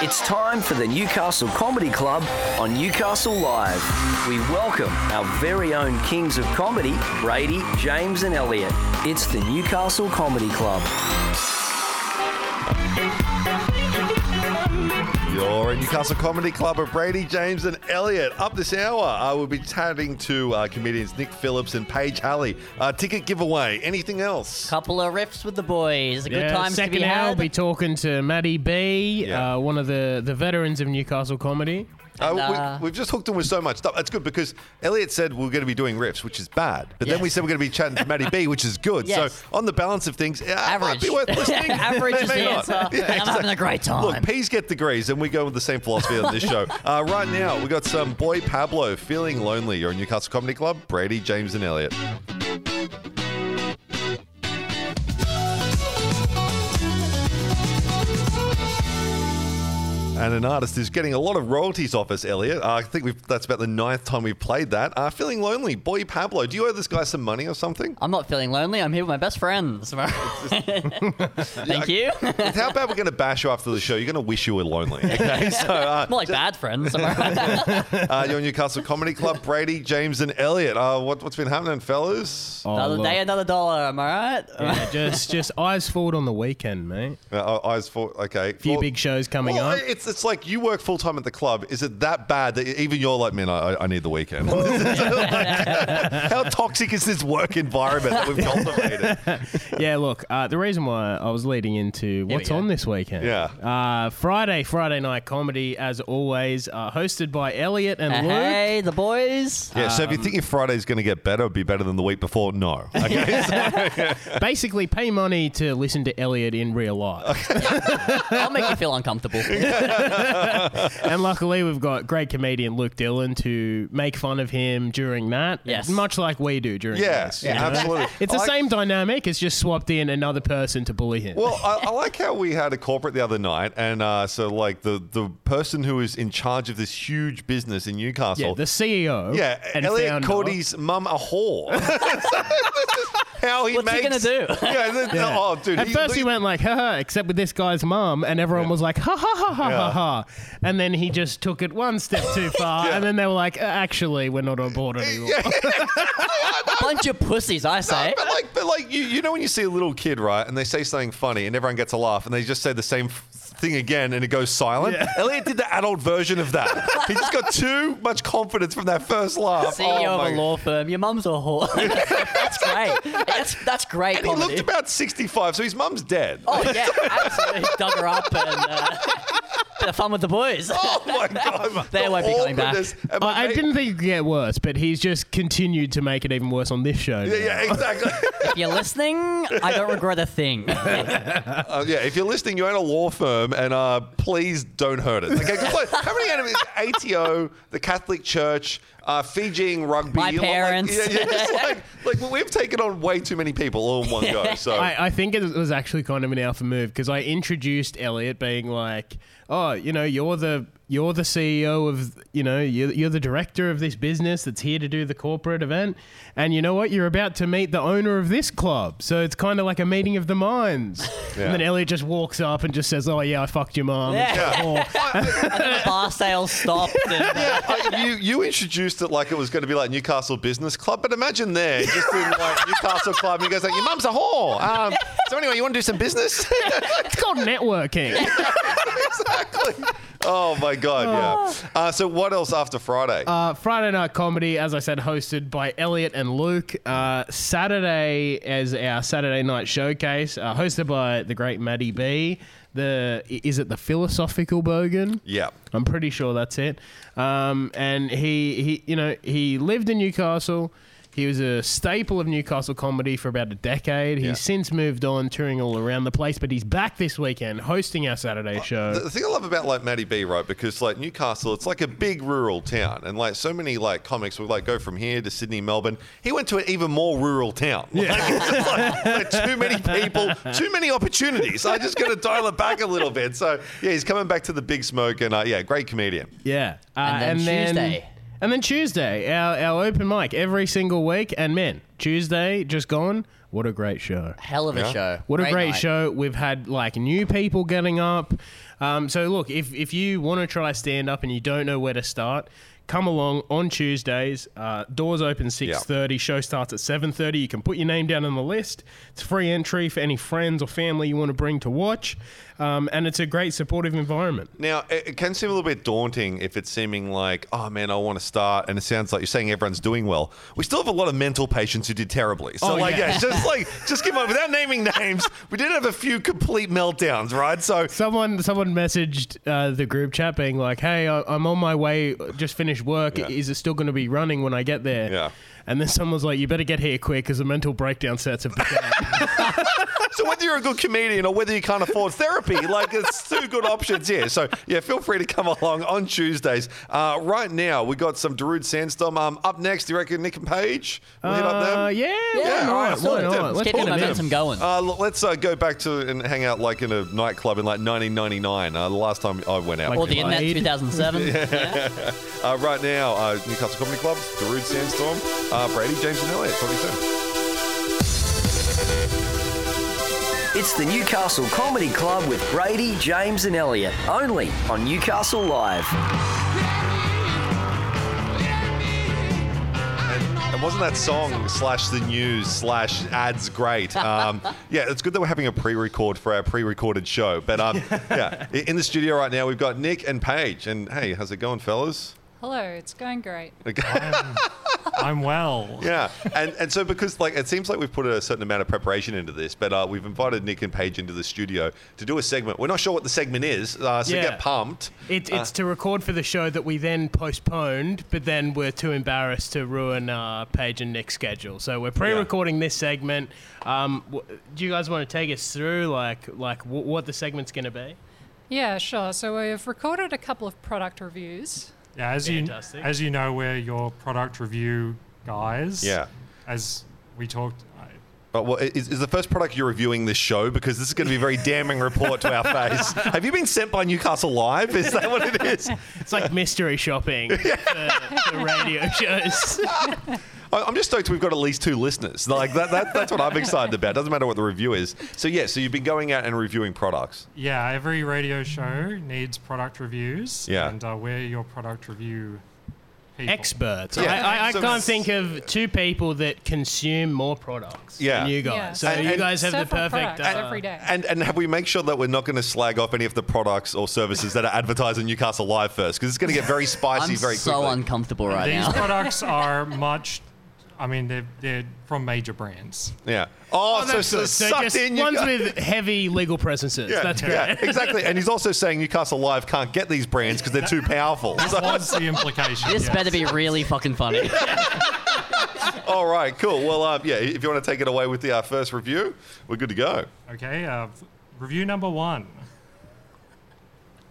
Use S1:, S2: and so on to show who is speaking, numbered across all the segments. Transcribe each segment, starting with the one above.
S1: It's time for the Newcastle Comedy Club on Newcastle Live. We welcome our very own kings of comedy, Brady, James, and Elliot. It's the Newcastle Comedy Club.
S2: You're at Newcastle Comedy Club of Brady, James, and Elliot. Up this hour, I will be chatting to uh, comedians Nick Phillips and Paige Halley. Uh, ticket giveaway. Anything else?
S3: Couple of riffs with the boys. A good time to
S4: second
S3: be
S4: hour,
S3: had.
S4: I'll be talking to Maddie B,
S2: Yeah.
S4: uh, one of the, the veterans of Newcastle comedy.
S2: Uh,
S3: uh,
S2: we, we've just hooked in with so much stuff. That's good because Elliot said we are going to be doing riffs, which is bad. But then we
S3: Yes.
S2: said we're going to be chatting to Maddie B, which is good.
S3: Yes.
S2: So on the balance of things, uh, it might
S3: Average.
S2: be worth listening.
S3: Average
S2: May-
S3: is
S2: may
S3: the
S2: not.
S3: answer.
S2: Yeah,
S3: and I'm
S2: exactly.
S3: having a great time.
S2: Look, P's get degrees, and we go with the same philosophy on this show. Uh, right now, we got some boy Pablo feeling lonely. You're in Newcastle Comedy Club, Brady, James, and Elliot. And an artist is getting a lot of royalties off us, Elliot. Uh, I think we've, that's about the ninth time we've played that. Uh, feeling lonely, boy Pablo. Do you owe this guy some money or something?
S3: I'm not feeling lonely. I'm here with my best friends. Thank you.
S2: It's How bad we're going to bash you after the show? You're going to wish you were lonely. Okay, so uh,
S3: More like bad friends. am I right?
S2: Uh, you're Newcastle Comedy Club, Brady, James, and Elliot. Uh, what, what's been happening, fellas?
S4: Oh.
S2: Uh,
S3: another day, another dollar. Am I right?
S4: Yeah, just just eyes forward on the weekend, mate.
S2: Uh, eyes for okay.
S4: Few
S2: Well-
S4: big shows coming
S2: well,
S4: up.
S2: It's it's like you work full time at the club. Is it that bad that even you're like, man, I, I- I need the weekend? how toxic is this work environment that we've cultivated?
S4: yeah, look, uh, the reason why I was leading into what's
S3: go.
S4: on this weekend.
S2: Yeah.
S4: Uh, Friday, Friday night comedy, as always, uh, hosted by Elliot and Luke.
S3: Uh, hey, the boys.
S2: Yeah. so if you think your Friday's going to get better, it'd be better than the week before. No. Okay.
S4: Basically, pay money to listen to Elliot in real life.
S3: I'll make you feel uncomfortable.
S4: and luckily, we've got great comedian Luke Dillon to make fun of him during that.
S3: Yes.
S4: Much like we do during
S2: yes.
S4: this, you know?
S2: Absolutely.
S4: It's the
S2: I-
S4: same dynamic. It's just swapped in another person to bully him.
S2: Well, I, I like how we had a corporate the other night, and uh, so like the the person who is in charge of this huge business in Newcastle.
S4: yeah, the CEO.
S2: yeah,
S4: and
S2: Elliot
S4: founder.
S2: called his mum a whore. how he
S3: What's he
S2: makes-
S3: gonna do?
S2: Yeah, the-
S4: Yeah.
S2: oh, dude.
S4: At first, he went like, ha ha, except with this guy's mum, and everyone was like, ha ha ha ha ha
S2: Yeah.
S4: ha. And then he just took it one step too far,
S2: Yeah.
S4: and then they were like, uh, actually, we're not on board anymore.
S3: Bunch of pussies, I say.
S2: But like, but like you, you know when you see a little kid, right, and they say something funny, and everyone gets a laugh, and they just say the same f- thing again, and it goes silent. Elliot did the adult version of that. he just got too much confidence from that first laugh.
S3: CEO
S2: Oh,
S3: E of
S2: my-
S3: a law firm. Your mum's a whore. that's great. That's that's great
S2: And he
S3: comedy.
S2: looked about sixty-five, so his mum's dead.
S3: oh yeah, absolutely. Dug her up and uh, bit of fun with the boys.
S2: Oh my god!
S3: They
S2: The
S3: won't be coming back. Oh,
S2: awkwardness. And my
S4: I, I
S2: mate-
S4: didn't think it could get worse, but he's just continued to make it even worse on this show.
S2: Yeah, yeah, exactly.
S3: If you're listening, I don't regret a thing.
S2: Uh, yeah, if you're listening, you own a law firm, and uh, please don't hurt it. Okay, 'cause like, how many enemies? ATO, the Catholic Church, uh, Fijian rugby.
S3: My
S2: you're like-
S3: parents.
S2: yeah, yeah, just like, like we've taken on way too many people all in one go. So
S4: I, I think it was actually kind of an alpha move because I introduced Elliot being like, "Oh, you know, you're the you're the CEO of you know you're, you're the director of this business that's here to do the corporate event, and you know what? You're about to meet the owner of this club, so it's kind of like a meeting of the minds."
S2: Yeah.
S4: And then Elliot just walks up and just says, "Oh yeah, I fucked your mom."
S3: Yeah.
S4: Yeah.
S3: the bar sales stopped. And, uh,
S2: Yeah, I, you you introduced it like it was going to be like Newcastle Business Club, but imagine there just in like Newcastle Club, and you guys like your mum's a whore. Um, so anyway, you want to do some business?
S4: it's called networking.
S2: exactly. Oh my god, yeah. Uh, so what else after Friday?
S4: Uh, Friday night comedy, as I said, hosted by Elliot and Luke. Uh, Saturday is our Saturday night showcase, uh, hosted by the great Maddie B. The is it the philosophical Bogan?
S2: yeah.
S4: I'm pretty sure that's it. Um, and he, he, you know, he lived in Newcastle. He was a staple of Newcastle comedy for about a decade. He's
S2: Yeah.
S4: since moved on, touring all around the place, but he's back this weekend hosting our
S2: Uh,
S4: Saturday show.
S2: The, the thing I love about like Maddie B, right? Because like Newcastle, it's like a big rural town, and like so many like comics would like go from here to Sydney, Melbourne. He went to an even more rural town. Like, it's just like, like, too many people, too many opportunities. I just got to dial it back a little bit. So yeah, he's coming back to the big smoke, and uh, yeah, great comedian.
S4: Yeah. Uh,
S3: And then Tuesday.
S4: and then Tuesday, our, our open mic every single week. And man, Tuesday just gone. What a great show.
S3: Hell of a show.
S4: What a great
S3: night.
S4: show. We've had like new people getting up. Um, so look, if if you want to try stand up and you don't know where to start, come along on Tuesdays. Uh, doors open six thirty. Show starts at seven thirty. You can put your name down on the list. It's free entry for any friends or family you want to bring to watch, um, and it's a great supportive environment.
S2: Now, it, it can seem a little bit daunting if it's seeming like, oh man, I want to start, and it sounds like you're saying everyone's doing well. We still have a lot of mental patients who did terribly. So,
S4: Oh,
S2: like, yeah.
S4: yeah.
S2: just like, just give up without naming names. We did have a few complete meltdowns, right? So,
S4: Someone someone messaged uh, the group chat being like, "Hey, I, I'm on my way. Just finished work.
S2: Yeah.
S4: Is it still going to be running when I get there?"
S2: Yeah.
S4: And then someone's like, "You better get here quick because the mental breakdown sets have begun."
S2: so whether you're a good comedian or whether you can't afford therapy, like, it's two good options here. So, yeah, feel free to come along on Tuesdays. Uh, right now, we got some Darude Sandstorm. Um, up next, do you reckon Nick and Paige? We'll hit up them.
S4: Uh, yeah,
S2: Yeah,
S4: why
S2: all right, well,
S4: not? Why
S2: let's
S4: not?
S2: do it.
S4: Let's
S3: Keep the
S4: put them in.
S3: momentum going.
S2: Uh, l- let's uh, go back to and hang out like in a nightclub in like 1999. Uh, the last time I went out.
S4: Like
S3: or the
S4: Glide.
S3: internet 2007.
S2: uh, right now, uh, Newcastle Comedy Club, Darude Sandstorm, uh, Brady, James, and Elliot. Talk to you soon.
S1: It's the Newcastle Comedy Club with Brady, James, and Elliot, only on Newcastle Live.
S2: And wasn't that song slash the news slash ads great? Um, yeah, it's good that we're having a pre-record for our pre-recorded show. But um, yeah, i- in the studio right now we've got Nick and Paige. And hey, how's it going, fellas?
S5: Hello, it's going great.
S6: I'm well.
S2: Yeah, and and so because like it seems like we've put a certain amount of preparation into this, but uh, we've invited Nick and Paige into the studio to do a segment. We're not sure what the segment is, uh, so
S4: Yeah.
S2: get pumped.
S4: It, it's to record for the show that we then postponed, but then we're too embarrassed to ruin uh, Paige and Nick's schedule. So we're pre-recording this segment. Um, w- do you guys want to take us through like like w- what the segment's going to be?
S5: Yeah, sure. So we've recorded a couple of product reviews.
S6: Yeah, as you
S4: Fantastic.
S6: as you know, we're your product review guys.
S2: Yeah.
S6: As we talked, uh, I,
S2: But well, is, is the first product you're reviewing this show because this is going to be a very damning report to our face. Have you been sent by Newcastle Live? Is that what it is?
S4: It's like mystery shopping for, for radio shows.
S2: I- I'm just stoked we've got at least two listeners. Like that, that that's what I'm excited about. Doesn't matter what the review is. So yeah, so you've been going out and reviewing products.
S6: yeah, every radio show needs product reviews.
S2: Yeah.
S6: And uh, we're your product review people.
S4: Experts.
S2: Yeah.
S4: I, I, I
S2: So
S4: can't
S2: it's-
S4: think of two people that consume more products
S2: Yeah.
S4: than you guys.
S5: Yeah.
S4: So
S2: And-
S4: you
S2: and-
S4: guys have the
S5: Several
S4: perfect.
S5: products
S4: uh,
S5: every day.
S2: And and have we make sure that we're not going to slag off any of the products or services that are advertised on Newcastle Live first? Because it's going to get very spicy
S3: I'm
S2: very
S3: so
S2: quickly.
S3: uncomfortable right
S6: These
S3: now.
S6: products are much. I mean, they're they're from major brands.
S2: yeah. Oh, so,
S4: That's
S2: so,
S4: good. So
S2: sucked
S4: just
S2: in.
S4: ones
S2: Newca-
S4: with heavy legal presences.
S2: Yeah,
S4: That's great.
S2: yeah, exactly. And he's also saying Newcastle Live can't get these brands because they're too powerful. So-
S6: What's the implication?
S3: This
S6: yes.
S3: better be really fucking funny.
S2: all right, cool. Well, um, yeah, if you want to take it away with the uh, first review, we're good to go.
S6: Okay, uh, review number one.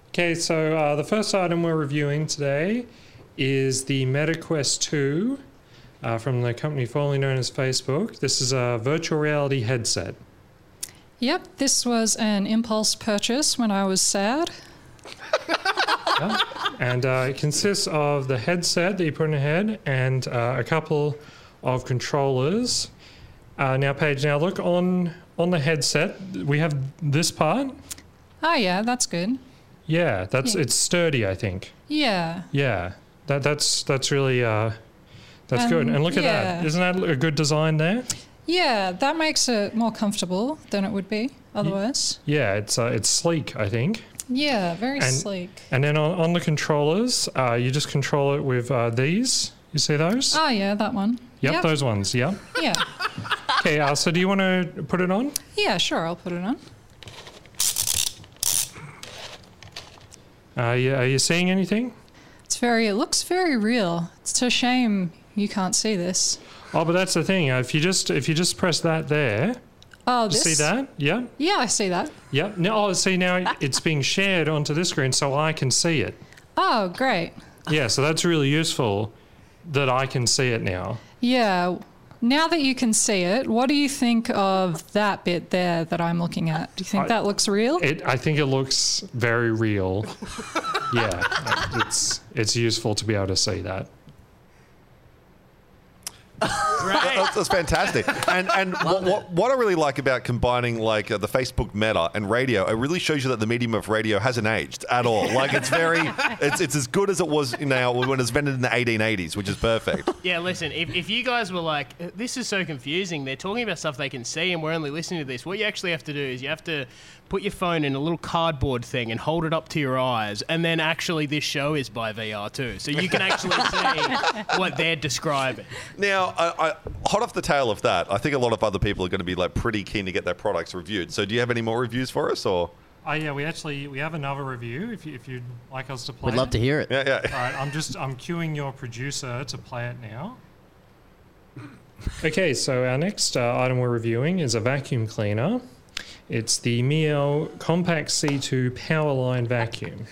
S6: Okay, so uh, the first item we're reviewing today is the MetaQuest 2 uh, from the company formerly known as Facebook. This is a virtual reality headset.
S5: Yep, this was an impulse purchase when I was sad.
S6: and uh, it consists of the headset that you put on your head and uh, a couple of controllers. Uh, now, Paige, now look on on the headset. We have this part.
S5: Ah, yeah, that's good.
S6: Yeah, that's
S5: Yeah.
S6: it's sturdy, I think.
S5: Yeah.
S6: Yeah, that that's that's really uh, that's good.
S5: Um,
S6: And look at that,
S5: yeah.
S6: isn't that a good design there?
S5: Yeah, that makes it more comfortable than it would be otherwise.
S6: Yeah, it's uh, it's sleek, I think.
S5: Yeah, very
S6: And-
S5: sleek.
S6: And then on, on the controllers, uh, you just control it with uh, these. You see those?
S5: Ah, yeah, that one.
S6: yep, those ones. Yep.
S5: Yeah.
S6: Okay, uh, so do you want to put it on?
S5: Yeah, sure, I'll put it on.
S6: Uh, yeah, are you seeing anything?
S5: It's very, it looks very real. It's a shame you can't see this.
S6: Oh, but that's the thing. Uh, if you just if you just press that there,
S5: Oh,
S6: you
S5: this.
S6: see that? Yeah,
S5: Yeah, I see that.
S6: yeah. No, oh, see now it's being shared onto this screen, so I can see it.
S5: Oh, great.
S6: Yeah, so that's really useful that I can see it now.
S5: Yeah. Now that you can see it, what do you think of that bit there that I'm looking at? Do you think
S6: I-
S5: that looks real?
S6: It, I think it looks very real. yeah, it's it's useful to be able to see that.
S2: that's, that's fantastic. And and what, what, what I really like about combining like uh, the Facebook meta and radio, it really shows you that the medium of radio hasn't aged at all. Like it's very, it's it's as good as it was now when it was invented in the 1880s, which is perfect.
S4: Yeah, listen, if, if you guys were like, "Uh, this is so confusing, they're talking about stuff they can see and we're only listening to this, what you actually have to do is you have to put your phone in a little cardboard thing and hold it up to your eyes, and then actually this show is by VR too. So you can actually see what they're describing.
S2: Now, I, I, hot off the tail of that, I think a lot of other people are going to be like pretty keen to get their products reviewed. So, do you have any more reviews for us, or
S6: Oh yeah, we actually we have another review. If, you, if you'd like us to play,
S3: We'd love
S6: it.
S3: to hear it.
S2: yeah, yeah.
S6: All right, I'm just I'm queuing your producer to play it now. Okay, so our next uh, item we're reviewing is a vacuum cleaner. It's the Miel Compact C2 Powerline Vacuum.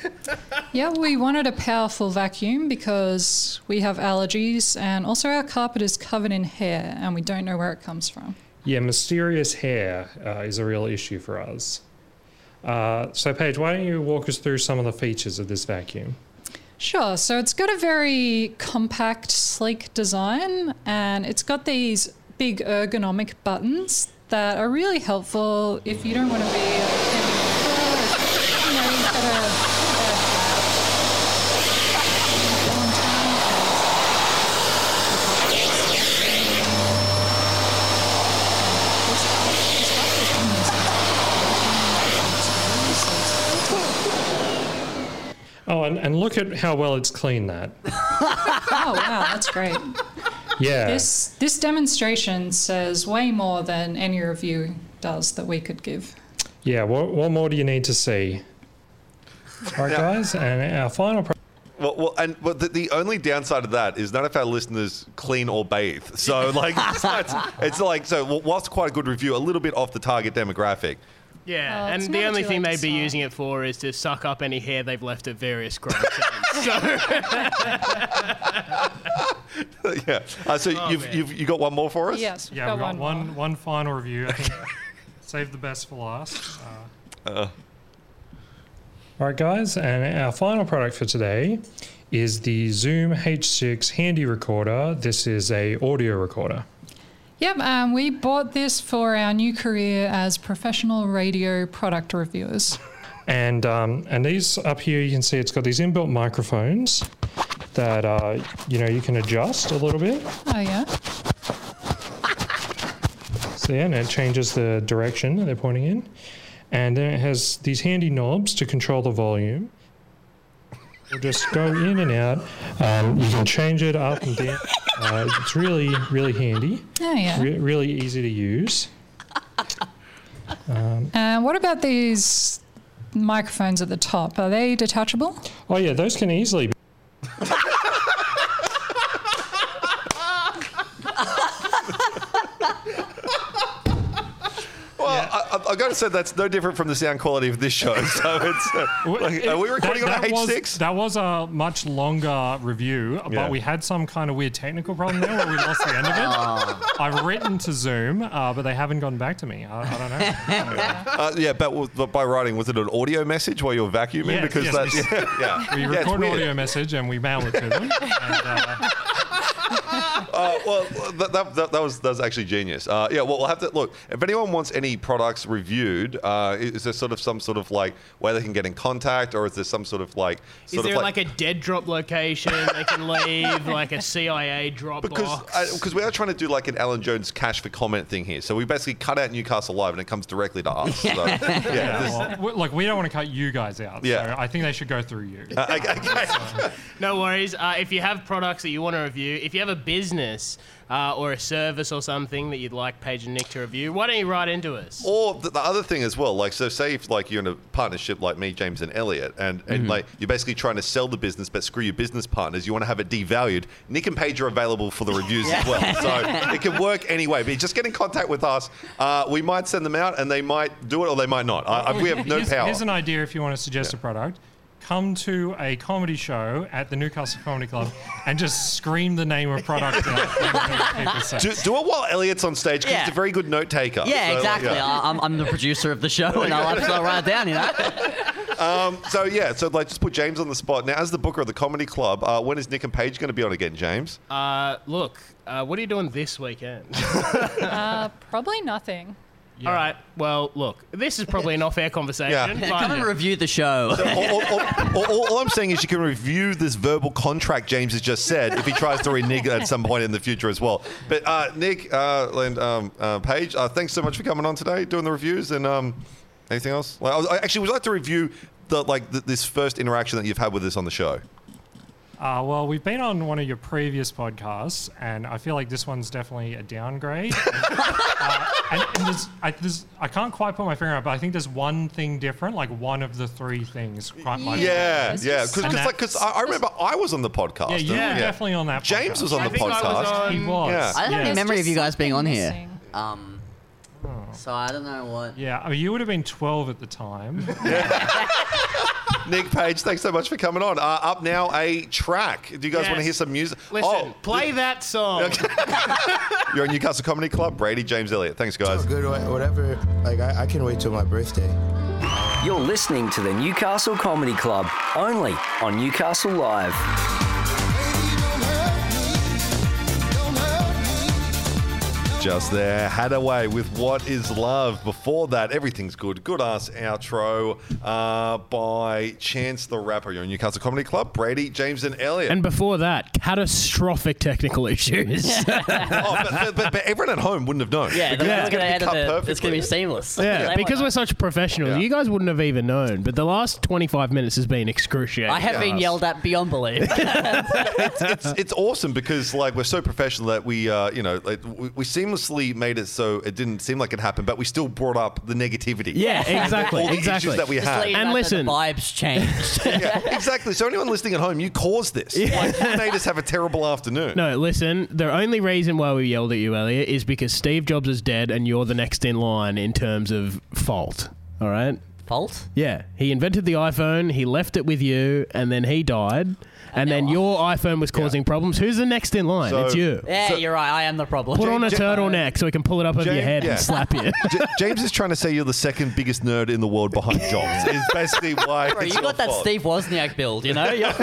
S5: Yeah, we wanted a powerful vacuum because we have allergies and also our carpet is covered in hair and we don't know where it comes from.
S6: Yeah, mysterious hair uh, is a real issue for us. Uh, so, Paige, why don't you walk us through some of the features of this vacuum?
S5: Sure. So it's got a very compact, sleek design, and it's got these big ergonomic buttons that are really helpful if you don't want to be. Like, you know, you've got a-
S6: Oh, and, and look at how well it's cleaned that.
S5: Oh wow, that's great.
S6: Yeah.
S5: This this demonstration says way more than any review does that we could give.
S6: Yeah, what, what more do you need to see? All right, guys, and our final. Pro-
S2: Well, well and but the, the only downside of that is none of our listeners clean or bathe. So, like, it's, it's, it's like so. wh- Whilst quite a good review, a little bit off the target demographic.
S4: Yeah,
S5: Oh, it's
S4: and the
S5: never
S4: only
S5: too
S4: thing
S5: late to
S4: they'd be
S5: start.
S4: using it for is to suck up any hair they've left of various growth.
S2: yeah. Uh, so
S6: Oh,
S2: you've,
S4: man.
S2: you've you got one more for us?
S5: Yes,
S6: yeah, we've got one, one final review. I think save the best for last. Uh. All right, guys, and our final product for today is the Zoom H6 Handy Recorder. This is a audio recorder.
S5: Yep, um, we bought this for our new career as professional radio product reviewers.
S6: and um, and these up here you can see it's got these inbuilt microphones that uh, you know you can adjust a little bit.
S5: Oh yeah,
S6: So yeah, and it changes the direction that they're pointing in, and then it has these handy knobs to control the volume. It'll just go in and out. Um, you can change it up and down. Uh, it's really really handy,
S5: oh yeah.
S6: re- really easy to use.
S5: And Uh, what about these microphones at the top? Are they detachable?
S6: Oh yeah, those can easily. Be-
S2: Well, I, I, I've got to say that's no different from the sound quality of this show. So it's. Uh, like, are we recording on a H6?
S6: Was, that was a much longer review,
S2: Yeah.
S6: but we had some kind of weird technical problem there where we lost the end of
S2: Ah.
S6: it. I've written to Zoom, uh, but they haven't gone back to me. I, I don't know.
S2: Uh, yeah, but, w- but by writing, was it an audio message while you were vacuuming?
S6: Yes,
S2: because
S6: yes,
S2: that's
S6: we-
S2: yeah, yeah.
S6: We
S2: Yeah, it's
S6: record an
S2: weird.
S6: audio message and we mail it to them. And, uh,
S2: Uh, well, that, that, that, that was that was actually genius. Uh, yeah, well, we'll have to look. If anyone wants any products reviewed, uh, is, is there sort of some sort of like where they can get in contact, or is there some sort of like
S4: is
S2: sort
S4: there
S2: of
S4: like, a dead drop location they can leave, like a CIA drop
S2: because
S4: box?
S2: because we are trying to do like an Alan Jones cash for comment thing here. So we basically cut out Newcastle live, and it comes directly to us. So, yeah, this-
S6: well, we- look, we don't want to cut you guys out.
S2: Yeah. Uh,
S6: So I think they should go through you.
S2: I- I-
S4: No worries. Uh, if you have products that you want to review, if you have a business uh, or a service or something that you'd like Paige and Nick to review, why don't you write into us?
S2: or the, the other thing as well, like so, say if like you're in a partnership like me, James and Elliot, and and like you're basically trying to sell the business, but screw your business partners, you want to have it devalued. Nick and Paige are available for the reviews as well, so it can work anyway. But just get in contact with us. Uh, we might send them out, and they might do it, or they might not. I, I, we have no
S6: here's,
S2: power.
S6: Here's an idea if you want to suggest a product. Come to a comedy show at the Newcastle Comedy Club and just scream the name of product out. People say.
S2: do, do it while Elliot's on stage because
S3: Yeah.
S2: he's a very good note taker. So, uh,
S3: Yeah,
S2: like,
S3: exactly. I, I'm, I'm the producer of the show, and I'll have to write it down, you know?
S2: Um, so yeah, so like just put James on the spot now. As the booker of the comedy club, uh, when is Nick and Paige going to be on again, James?
S4: Uh, look, uh, what are you doing this weekend?
S5: Uh, probably nothing.
S4: All right. Well, look, this is probably an off-air conversation.
S2: Yeah.
S4: but-
S3: Come and review the show.
S2: all, all- all- all- all I'm saying is you can review this verbal contract James has just said if he tries to renege at some point in the future as well. But uh, Nick uh, and um, uh, Paige, uh, thanks so much for coming on today, doing the reviews, and um, anything else? Like, I was- I actually would like to review the like th this first interaction that you've had with us on the show.
S7: Uh, well, we've been on one of your previous podcasts, and I feel like this one's definitely a downgrade. Uh, and and there's, I, there's, I can't quite put my finger on it, but I think there's one thing different, like one of the three things. Quite like
S2: Yeah,
S5: It's
S2: yeah,
S5: just
S2: because
S7: some-
S2: like, 'cause I, I remember I was on the podcast.
S7: Yeah, you
S2: and-
S7: were definitely on that.
S2: James was
S7: podcast.
S2: on
S4: I
S2: the
S4: think I was
S2: podcast.
S4: on-
S7: He was.
S2: Yeah.
S8: I don't have
S7: yeah.
S8: any memory of you guys being on here.
S5: Missing.
S8: Um, so I don't know what.
S7: Yeah, I mean, you would have been 12 at the time.
S2: Nick Page, thanks so much for coming on. Uh, up now, a track. Do you guys
S4: Yes.
S2: want to hear some music?
S4: Listen,
S2: oh,
S4: play that song.
S2: you're at Newcastle Comedy Club. Brady, James Elliott. Thanks,
S4: Oh,
S2: guys.
S9: Good, wha- whatever. Like, I, I can wait till my birthday.
S1: You're listening to the Newcastle Comedy Club only on Newcastle Live.
S2: Just there, Hadaway with What Is Love. Before that, Everything's Good, Good Ass Outro uh, by Chance the Rapper. You're in Newcastle Comedy Club. Brady, James, and Elliot.
S4: And before that, catastrophic technical issues.
S2: oh, but, but, but, but everyone at home wouldn't have known.
S3: yeah,
S2: Because
S3: they're
S2: it's
S3: going to
S2: gonna be
S3: edit
S2: cut
S3: it. It's going
S2: perfectly.
S3: to be seamless.
S4: Yeah, because we're such professionals,
S2: Yeah.
S4: you guys wouldn't have even known. But the last 25 minutes has been excruciating.
S3: I have been yelled at beyond belief.
S2: it's, it's awesome because like we're so professional that we uh, you know like, we, we seamlessly made it so it didn't seem like it happened, but we still brought up the negativity.
S4: Yeah,
S2: all
S4: exactly,
S2: the
S4: exactly.
S2: issues that we
S3: Just
S2: had.
S3: leave
S4: And
S3: that,
S4: listen.
S3: the vibes changed.
S2: Yeah, exactly. So anyone listening at home, you caused this. Like, you made us have a terrible afternoon.
S4: no, listen. The only reason why we yelled at you, Elliot, is because Steve Jobs is dead, and you're the next in line in terms of fault. All right.
S3: Fault?
S4: Yeah, he invented the iPhone. He left it with you, and then he died, and, then your iPhone was causing problems. Who's the next in line?
S2: So-
S4: it's you.
S3: Yeah,
S2: So-
S3: you're right. I am the problem.
S4: Put on a
S2: Ja-
S4: turtleneck so we can pull it up over
S2: Ja-
S4: your head
S2: yeah.
S4: and slap you.
S2: J- James is trying to say you're the second biggest nerd in the world behind Jobs. Is basically why
S3: Bro,
S2: it's
S3: you
S2: your
S3: got that
S2: fault.
S3: Steve Wozniak build, you know? You're-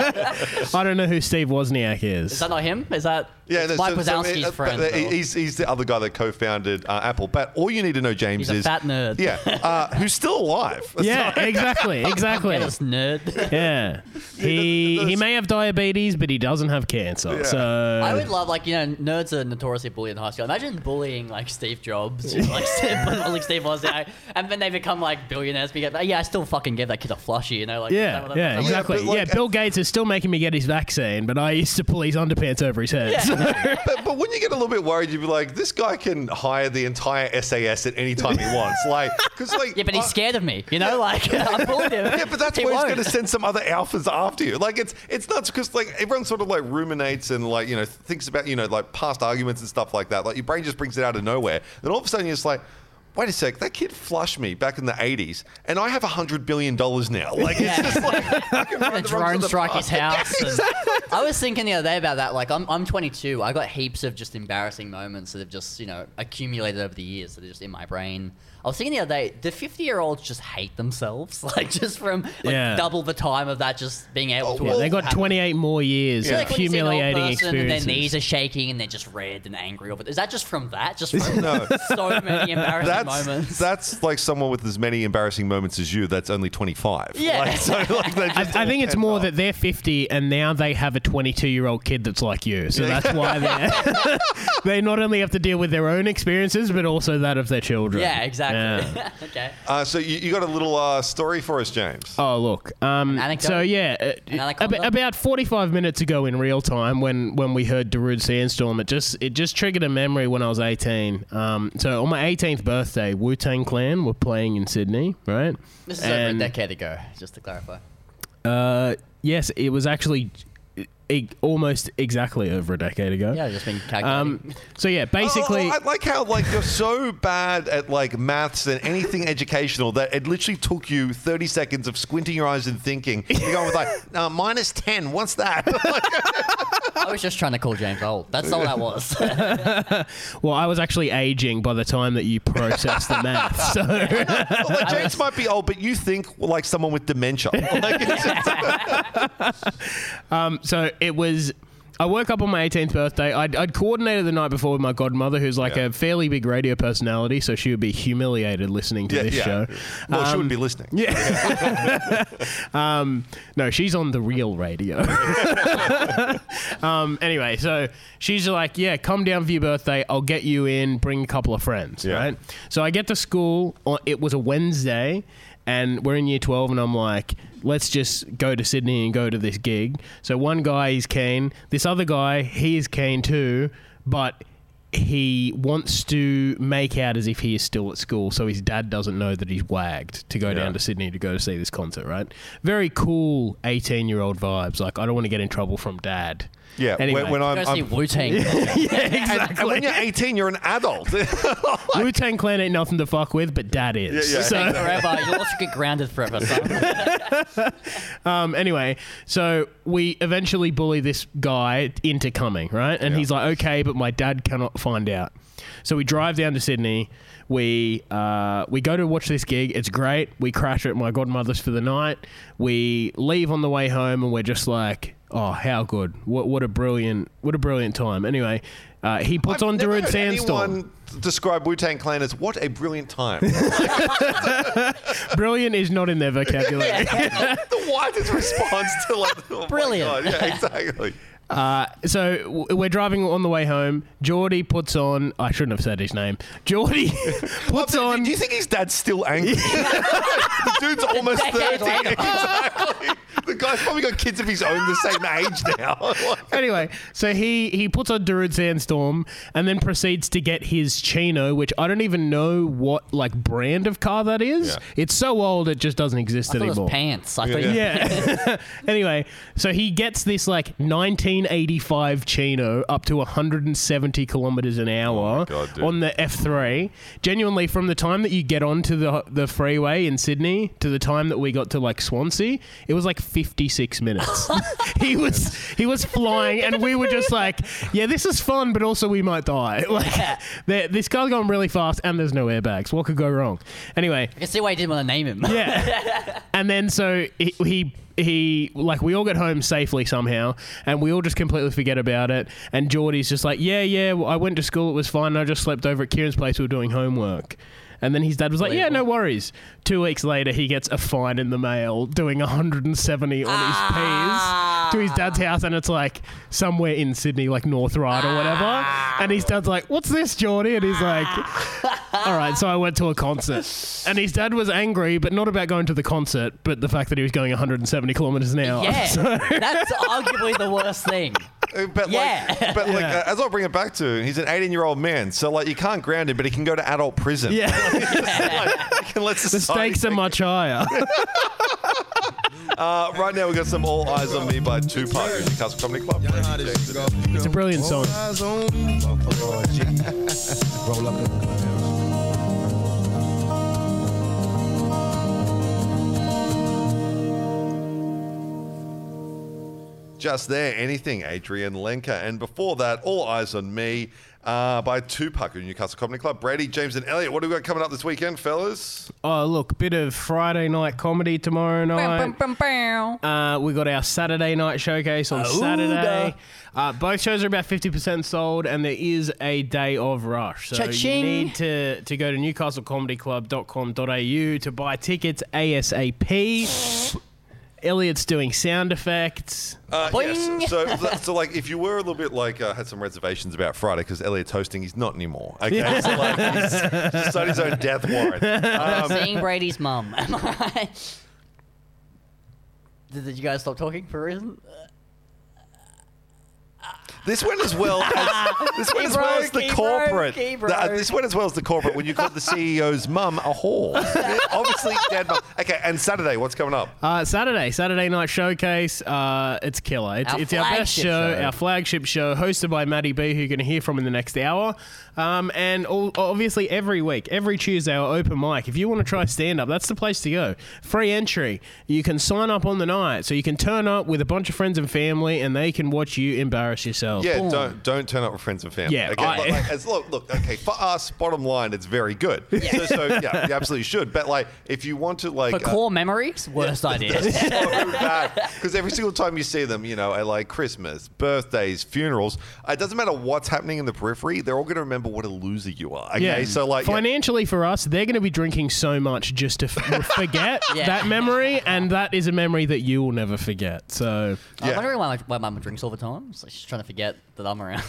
S4: I don't know who Steve Wozniak is.
S3: Is that not him? Is that
S2: Yeah,
S3: it's
S2: no,
S3: Mike
S2: so- so, uh,
S3: Wazowski's
S2: uh,
S3: friend?
S2: but, uh,
S3: though.
S2: he's, he's the other guy that co-founded uh, Apple. But all you need to know, James,
S3: He's a
S2: is
S3: fat nerd.
S2: Yeah, uh, who's still alive?
S4: yeah, exactly, exactly.
S3: Yes, nerd.
S4: Yeah. He he may have diabetes, but he doesn't have cancer.
S2: Yeah.
S4: So
S3: I would love, like, you know, nerds are notoriously bullied in high school. Imagine bullying, like, Steve Jobs, or, like, Steve, like Steve Wozniak, and then they become, like, billionaires. Because, yeah, I still fucking gave that kid a flushy, you know? Like,
S4: yeah,
S3: that-
S4: yeah,
S3: that-
S4: exactly. Yeah,
S2: but like-
S4: Bill Gates is still making me get his vaccine, but I used to pull his underpants over his head. so-
S2: But, but when you get a little bit worried, you'd be like, this guy can hire the entire SAS at any time he wants. Like, because like,
S3: Yeah, but he's
S2: I-
S3: scared of me, you know? Like, I bullied him.
S2: Yeah, but that's
S3: He
S2: where he's
S3: won't.
S2: going to send some other alphas after you. Like it's it's nuts because like everyone sort of like ruminates and like you know thinks about you know like past arguments and stuff like that. Like your brain just brings it out of nowhere. Then all of a sudden you're just like. Wait a sec, that kid flushed me back in the 80s, and I have $100 billion now. Like, it's
S3: Yeah.
S2: just like, I can run
S3: a
S2: the wrongs
S3: drone
S2: of the
S3: strike his
S2: past.
S3: house. and- I was thinking the other day about that. Like, I'm, I'm 22. I got heaps of just embarrassing moments that have just, you know, accumulated over the years that are just in my brain. I was thinking the other day, do 50 year olds just hate themselves? Like, just from like,
S4: Yeah.
S3: double the time of that, just being able to.
S2: yeah,
S4: yeah, they got
S3: happen.
S4: 28 more years
S3: So,
S4: of
S3: like, when you see an old
S4: humiliating
S3: person and
S4: experiences.
S3: Their knees are shaking and they're just red and angry over it. Is that just from that? Just from
S2: No.
S3: so many embarrassing
S2: That's,
S3: moments.
S2: that's like someone with as many embarrassing moments as you that's only 25.
S3: Yeah.
S2: Like, so, like, they just
S4: I
S2: all
S4: think it's
S2: pent
S3: Oh.
S4: more
S2: up.
S4: that they're 50 and now they have a 22 year old kid that's like you. So that's why they're, they not only have to deal with their own experiences, but also that of their children.
S3: yeah, exactly.
S4: Yeah.
S3: okay.
S2: Uh, so you, you got a little uh, story for us, James.
S4: Oh look. Um,
S3: anecdote?
S4: so yeah, uh, ab-
S3: anaconda?
S4: about 45 minutes ago in real time, when when we heard Darude Sandstorm, it just it just triggered a memory when I was 18. Um, so on my 18th birthday, Wu Tang Clan were playing in Sydney, right?
S3: This is over a
S4: And,
S3: decade ago, just to clarify.
S4: Uh, yes, it was actually e- e- almost exactly over a decade ago.
S3: Yeah, I've just been calculating.
S4: Um, so yeah,
S2: Oh,
S4: basically.
S2: I like how like you're so bad at like maths and anything educational that it literally took you 30 seconds of squinting your eyes and thinking. You're going with like uh, minus 10. What's that?
S3: I was just trying to call James old. That's all that was.
S4: Well, I was actually aging by the time that you processed the math. So
S2: Well, like, James might be old, but you think well, like someone with dementia. Like, it's-
S4: Um, so it was. I woke up on my 18th birthday. I'd, I'd coordinated the night before with my godmother, who's like
S2: Yeah.
S4: a fairly big radio personality, so she would be humiliated listening to
S2: yeah,
S4: this
S2: yeah.
S4: show.
S2: Well, she would be listening.
S4: Um, no, she's on the real radio. um, anyway, so she's like, "Yeah, come down for your birthday. I'll get you in. Bring a couple of friends."
S2: Yeah.
S4: Right. So I get to school. On, it was a Wednesday, and we're in year twelve, and I'm like, "Let's just go to Sydney and go to this gig." So one guy is keen. This other guy, he is keen too, but. He wants to make out as if he is still at school, so his dad doesn't know that he's wagged to go down to Sydney to go to see this concert, right? Very cool 18 year old vibes. Like, I don't want to get in trouble from dad.
S2: Yeah, when-
S4: Anyway.
S2: when,
S3: Go
S2: I'm,
S3: see
S2: I'm
S3: Wu Tang.
S2: and, and when you're 18, you're an adult.
S4: Wu Tang Clan ain't nothing to fuck with, but dad is.
S2: Yeah, yeah.
S4: So,
S3: forever. You'll also get grounded forever. Son.
S4: um, anyway, so we eventually bully this guy into coming, right? And he's like, okay, but my dad cannot find out. So we drive down to Sydney. We uh, we go to watch this gig. It's great. We crash at my godmother's for the night. We leave on the way home, and we're just like, oh, how good! What what a brilliant what a brilliant time. Anyway, uh, he puts
S2: I've
S4: on
S2: never
S4: Darude
S2: heard
S4: Sandstorm.
S2: anyone Describe Wu Tang Clan as what a brilliant time.
S4: Brilliant is not in their vocabulary.
S2: the widest response to like oh my God.
S3: Brilliant.
S2: Yeah, exactly.
S4: Uh, so w- we're driving on the way home. Geordie puts on. I shouldn't have said his name. Geordie puts
S2: Do-
S4: on.
S2: Do you think his dad's still angry? the dude's almost
S3: Decade
S2: 30.
S3: later.
S2: Exactly. The guy's probably got kids of his own the same age now.
S4: Anyway, so he he puts on Darude Sandstorm and then proceeds to get his Chino, which I don't even know what like brand of car that is.
S2: Yeah.
S4: It's so old it just doesn't exist
S3: I thought it
S4: anymore.
S3: was pants. I thought you
S4: Yeah. anyway, so he gets this like 1985 Chino up to 170 kilometers an hour
S2: Oh God, dude.
S4: on the F3. Genuinely, from the time that you get onto the the freeway in Sydney to the time that we got to like Swansea, it was like 56 minutes. he was he was flying, and we were just like, yeah, this is fun, but also we might die. Like, there- this car's going really fast, and there's no airbags. What could go wrong? Anyway,
S3: I can see why you didn't want to name him.
S4: yeah. and then so he, he he like we all get home safely somehow, and we all just completely forget about it. And Geordie's just like, yeah, yeah, well, I went to school, it was fine. I just slept over at Kieran's place. We were doing homework. And then his dad was like, "Yeah, no worries." Two weeks later, he gets a fine in the mail, doing 170 on his P's to his dad's house, and it's like somewhere in Sydney, like North Ryde or whatever. And his dad's like, "What's this, Geordie?" And he's like, all right, so I went to a concert, and his dad was angry, but not about going to the concert, but the fact that he was going 170 kilometers an hour.
S3: Yeah,
S4: So-
S3: that's arguably the worst thing.
S2: Uh, But
S3: Yeah.
S2: like, but like, uh, as I'll bring it back to, he's an 18 year old man, so like, you can't ground him, but he can go to adult prison.
S4: yeah,
S2: Like, and let
S4: the
S2: society
S4: stakes are
S2: take-
S4: much higher.
S2: Uh, right now, we got some All Eyes on Me by Tupac, who's Newcastle Comedy Club.
S4: It's a brilliant song.
S9: Roll up and
S2: Just there, anything, Adrian Lenker. And before that, All Eyes on Me uh, by Tupac at Newcastle Comedy Club. Brady, James, and Elliot, what do we got coming up this weekend, fellas?
S4: Oh, look, bit of Friday night comedy tomorrow night.
S8: bow.
S4: Uh, we got our Saturday night showcase on Saturday. Uh, both shows are about 50% sold, and there is a day of rush. So you
S3: Cha-ching.
S4: need to, to go to newcastlecomedyclub.com.au to buy tickets ASAP. Elliot's doing sound effects.
S2: Uh,
S3: Boing.
S2: yes. So, so, like, if you were a little bit like, uh, had some reservations about Friday because Elliot's hosting, he's not anymore. Okay. So, like, he's just on his own death warrant.
S3: I'm seeing Brady's mum. Am I right? Did, did you guys stop talking for a reason?
S2: This went as well as this went as well
S3: broke,
S2: as the
S3: he
S2: corporate.
S3: broke, he
S2: the- uh,
S3: broke.
S2: this went as well as the corporate when you called the CEO's mum a whore. Obviously, dad mum. Okay, and Saturday, what's coming up?
S4: Uh, Saturday, Saturday night showcase. Uh, it's killer. It's
S3: Our
S4: it's our best
S3: flagship
S4: show,
S3: show.
S4: our flagship show, hosted by Maddie B, who you're going to hear from in the next hour. Um, and all, obviously, every week, every Tuesday, our open mic. If you want to try stand up, that's the place to go. Free entry. You can sign up on the night, so you can turn up with a bunch of friends and family, and they can watch you embarrass yourself.
S2: Yeah, don't don't turn up with friends and family.
S4: Yeah,
S2: okay,
S4: I-
S2: like- like, as, look, look, okay. For us, bottom line, it's very good. So, so yeah, you absolutely should. But like, if you want to, like, uh,
S3: For core memories, worst idea.
S2: Oh, because every single time you see them, you know, at like Christmas, birthdays, funerals, it doesn't matter what's happening in the periphery. They're all going to remember what a loser you are. Okay,
S4: Yeah.
S2: so like, yeah.
S4: financially for us, they're going to be drinking so much just to f- forget
S3: Yeah.
S4: that memory, and that is a memory that you will never forget. So
S3: I'm
S2: Yeah.
S3: wondering why my, why my mum drinks all the time. So she's trying to forget that I'm around.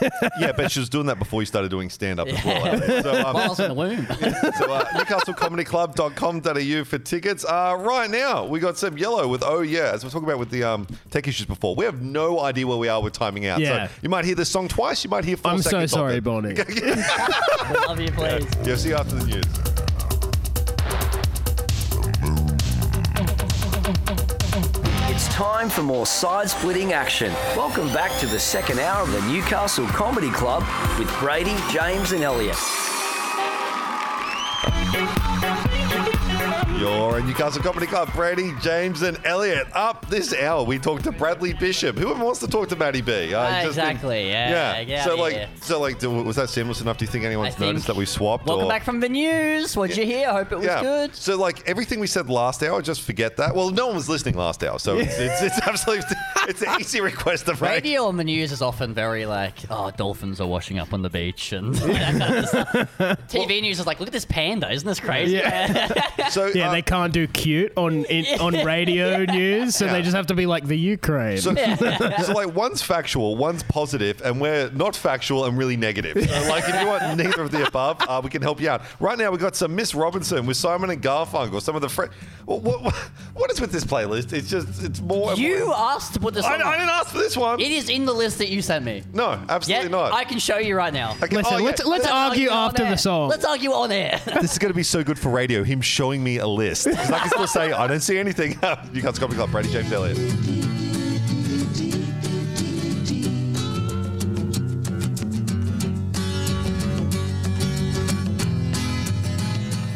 S2: yeah, but she was doing that before you started doing stand up as well. Alex. So, um,
S3: While I was in the womb.
S2: so uh, newcastlecomedyclub.com.au for tickets. Uh, right now, we got Seb Yellow with Oh Yeah, as we talking about with the um, tech issues before. We have no idea where we are with timing out.
S4: Yeah.
S2: So you might hear this song twice, you might hear four
S4: I'm so
S2: seconds of
S4: sorry,
S2: it.
S4: Bonnie.
S3: Love you, please.
S2: Yeah, see you after the news.
S1: It's time for more side splitting action. Welcome back to the second hour of the Newcastle Comedy Club with Brady, James, and Elliot.
S2: You're in Newcastle Comedy Club. Brady, James, and Elliot. Up this hour, we talked to Bradley Bishop. Who wants to talk to Maddie B? Uh,
S3: Ah,
S2: just in-
S3: exactly, yeah, get
S2: So
S3: outta
S2: like,
S3: here.
S2: so like, do- was that seamless enough? Do you think anyone's
S3: I think-
S2: noticed that we swapped?
S3: Welcome
S2: or-
S3: back from the news. What'd you hear? I hope it was good.
S2: So like everything we said last hour, just forget that. Well, no one was listening last hour, so it's, it's, it's absolutely it's an easy request to make.
S3: Radio on the news is often very like, oh, dolphins are washing up on the beach, and TV news is like, look at this panda, isn't this crazy?
S2: So
S4: Yeah,
S2: uh,
S4: they can't do cute on in, on radio news, so
S2: Yeah.
S4: they just have to be like the Ukraine.
S2: so, so like one's factual, one's positive, and we're not factual and really negative. So like if you want neither of the above, uh, we can help you out. Right now we got some Miss Robinson with Simon and Garfunkel. Some of the fr- what, what, what is with this playlist? It's just it's more. and
S3: You
S2: more-
S3: asked to put this.
S2: I,
S3: on.
S2: I didn't ask for this one.
S3: It is in the list that you sent me.
S2: No, absolutely
S3: Yeah,
S2: not.
S3: I can show you right now.
S2: Okay,
S4: Listen,
S2: oh, yeah.
S4: let's let's argue
S3: on
S4: after
S3: air.
S4: the song.
S3: Let's argue on air.
S2: This is going to be so good for radio. Him showing me a list. 'Cause I can still say I don't see anything. you can't copy club. Brady James Elliott.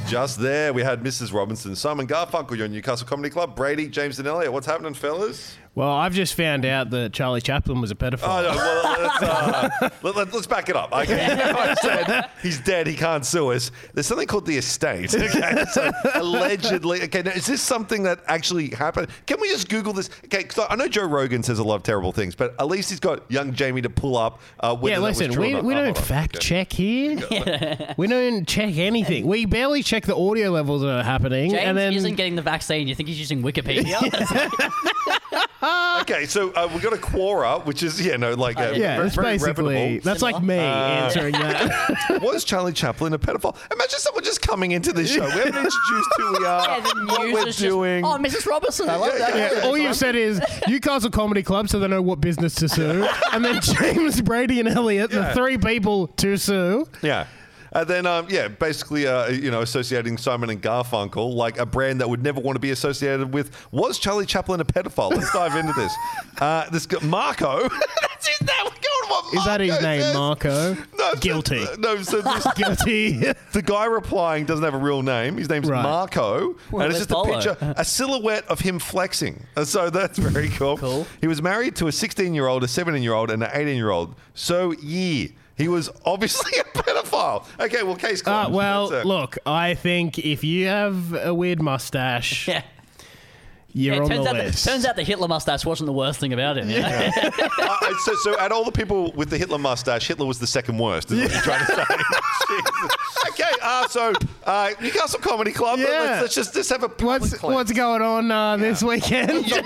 S2: Just there, we had Mrs. Robinson, Simon Garfunkel, your Newcastle Comedy Club, Brady, James, and Elliot. What's happening, fellas?
S4: well, I've just found out that Charlie Chaplin was a
S2: Oh,
S4: pedophile.
S2: no, well, let's, uh, let, let, us back it up. Okay. I said he's dead. He can't sue us. There's something called the estate. Okay. So allegedly. Okay. Now, is this something that actually happened? Can we just Google this? Okay. 'cause I know Joe Rogan says a lot of terrible things, but at least he's got young Jamie to pull up. Uh, whether
S4: yeah,
S2: that was
S4: listen,
S2: true or
S4: we,
S2: not.
S4: we
S2: Oh,
S4: don't
S2: hold on.
S4: fact
S2: Okay.
S4: check here. we don't check anything. We barely check the audio levels that are happening,
S3: James
S4: and then
S3: isn't getting the vaccine. You think he's using Wikipedia?
S2: Okay. So uh, we got a Quora, which is, you know, like uh,
S4: yeah,
S2: ve-
S4: that's
S2: very
S4: basically
S2: reputable. Uh,
S4: that's like me answering that.
S2: Was Charlie Chaplin a pedophile? Imagine someone just coming into this show. We haven't introduced who we are,
S3: Yeah, the
S2: what
S3: news
S2: we're
S3: is just,
S2: doing.
S3: Oh, Mrs. Robertson, I love that.
S4: Yeah, all you've said is Newcastle Comedy Club, so they know what business to sue, and then James Brady and Elliot, the three people to sue.
S2: Yeah. And then, um, yeah, basically, uh, you know, associating Simon and Garfunkel, like a brand that would never want to be associated with. Was Charlie Chaplin a pedophile? Let's dive into this. Uh, this guy, Marco. That's his name. We're going what
S4: Is that his
S2: Marco
S4: name,
S2: says.
S4: Marco?
S2: No, so-
S4: Guilty.
S2: no, so this,
S4: Guilty.
S2: the guy replying doesn't have a real name. His name's
S4: Right.
S2: Marco, and it's
S3: let's
S2: just a
S3: follow.
S2: picture, a silhouette of him flexing. And so that's very cool.
S3: Cool.
S2: He was married to a 16-year-old, a 17-year-old, and an 18-year-old. So yeah, he was obviously a pedophile. Okay, well, case
S4: Uh,
S2: closed.
S4: well,
S2: That's it.
S4: look, I think if you have a weird mustache,
S3: Yeah.
S4: you're
S3: Yeah,
S4: on
S3: turns,
S4: the
S3: out the,
S4: list.
S3: turns out the Hitler mustache wasn't the worst thing about him. Yeah.
S2: Uh, uh, so, so at all the people with the Hitler mustache, Hitler was the second worst. Is what you're trying to say. Jesus. okay, uh, so uh, Newcastle Comedy Club.
S4: Yeah.
S2: Let's, let's just let's have a public
S4: what's
S2: cleanse.
S4: what's going on uh, this weekend?
S2: You-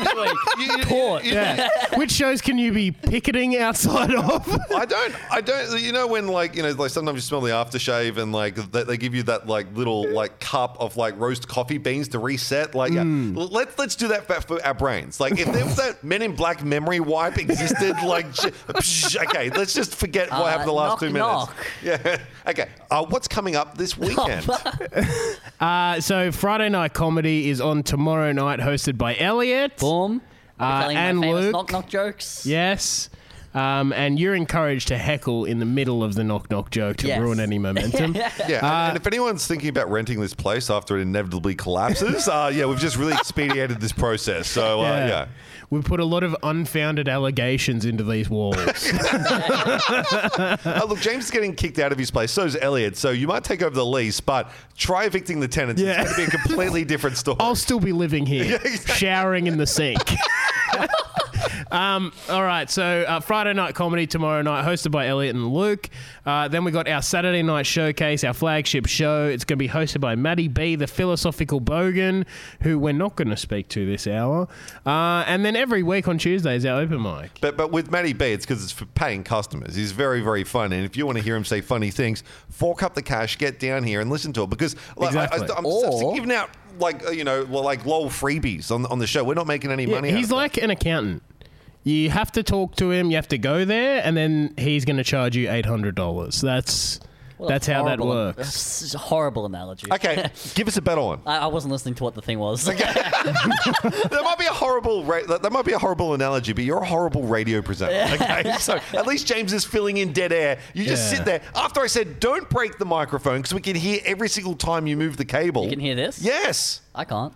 S2: you- you-
S3: Court.
S2: you-
S4: Yeah. Which shows can you be picketing outside of?
S2: I don't. I don't. You know when like you know like sometimes you smell the aftershave and like they, they give you that like little like cup of like roast coffee beans to reset. Like yeah,
S3: Mm.
S2: L- let's let's do that for, for our brains. Like if there was that Men in Black memory wipe existed, like j- psh, okay, let's just forget what
S3: Uh,
S2: happened the last two
S3: knock, knock.
S2: minutes. Yeah. Okay. Uh, what's coming up this weekend?
S4: Uh, so Friday night comedy is on tomorrow night, hosted by Elliot.
S3: Boom.
S4: Uh,
S3: Telling my
S4: and
S3: famous
S4: Luke.
S3: knock knock jokes.
S4: Yes. Um, and you're encouraged to heckle in the middle of the knock knock joke to
S2: Yes.
S4: ruin any momentum.
S2: Yeah, and- and
S3: Uh,
S2: if anyone's thinking about renting this place after it inevitably collapses, uh, yeah, we've just really expedited this process. So uh, yeah.
S4: We put a lot of unfounded allegations into these walls.
S2: oh, look, James is getting kicked out of his place. So is Elliot. So you might take over the lease, but try evicting the tenants.
S4: Yeah.
S2: It's going to be a completely different story.
S4: I'll still be living here, showering in the sink. um, all right, so uh, Friday night comedy tomorrow night, hosted by Elliot and Luke. Uh, then we got our Saturday night showcase, our flagship show. It's going to be hosted by Maddie B, the philosophical bogan, who we're not going to speak to this hour. Uh, and then every week on Tuesday is our open mic.
S2: But but with Matty B, it's because it's for paying customers. He's very very fun, and if you want to hear him say funny things, fork up the cash, get down here and listen to it because like, I-
S4: Exactly.
S2: I, am giving out like uh, you know well, like lol freebies on on the show. We're not making any
S4: Yeah,
S2: money. out
S4: he's
S2: of it.
S4: like an accountant. You have to talk to him. You have to go there, and then he's going to charge you eight hundred dollars. That's
S3: What a
S4: that's how that
S3: horrible-
S4: works.
S3: It's a horrible analogy.
S2: Okay, give us a better one.
S3: I, I wasn't listening to what the thing was.
S2: that might be a horrible ra- that, that might be a horrible analogy, but you're a horrible radio presenter. Okay, so at least James is filling in dead air. You just
S4: Yeah.
S2: sit there. After I said, don't break the microphone because we can hear every single time you move the cable. You
S3: can hear this?
S2: Yes.
S3: I can't.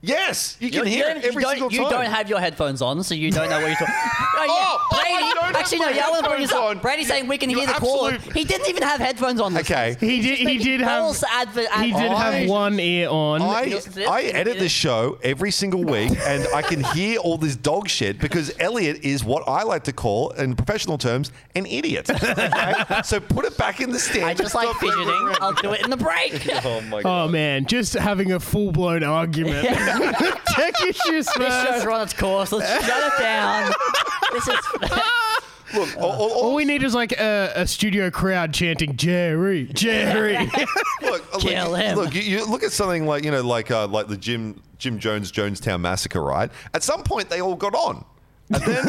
S2: Yes, you can hear it
S3: you
S2: every
S3: don't-
S2: single
S3: You
S2: time.
S3: don't have your headphones on, so you don't know what you're talking.
S2: Oh, oh, I
S3: Brady,
S2: don't have
S3: actually, no,
S2: my
S3: yeah, I want to bring this
S2: headphones
S3: up.
S2: on.
S3: Brady's
S2: You-
S3: saying we can
S2: you
S3: hear the call.
S2: absolute-
S3: He didn't even have headphones on.
S2: Okay.
S4: He did. He did have.
S3: False adver-
S4: He did have one ear on.
S2: I, I edit this show every single week and I can hear all this dog shit because Elliot is what I like to call, in professional terms, an idiot. Okay? So put it back in the stand.
S3: I just like fidgeting. I'll do it in the break.
S2: Oh my
S4: oh man, just having a full blown argument. Tech issues
S3: This
S4: first.
S3: show's run its course. Let's shut it down. This is.
S2: Look, all, all- all-
S4: All we need is like a, a studio crowd chanting Jerry, Jerry.
S2: look, look,
S3: Kill him.
S2: Look, you, you look at something like you know, like uh, like the Jim Jim Jones Jonestown massacre, right? At some point, they all got on. And then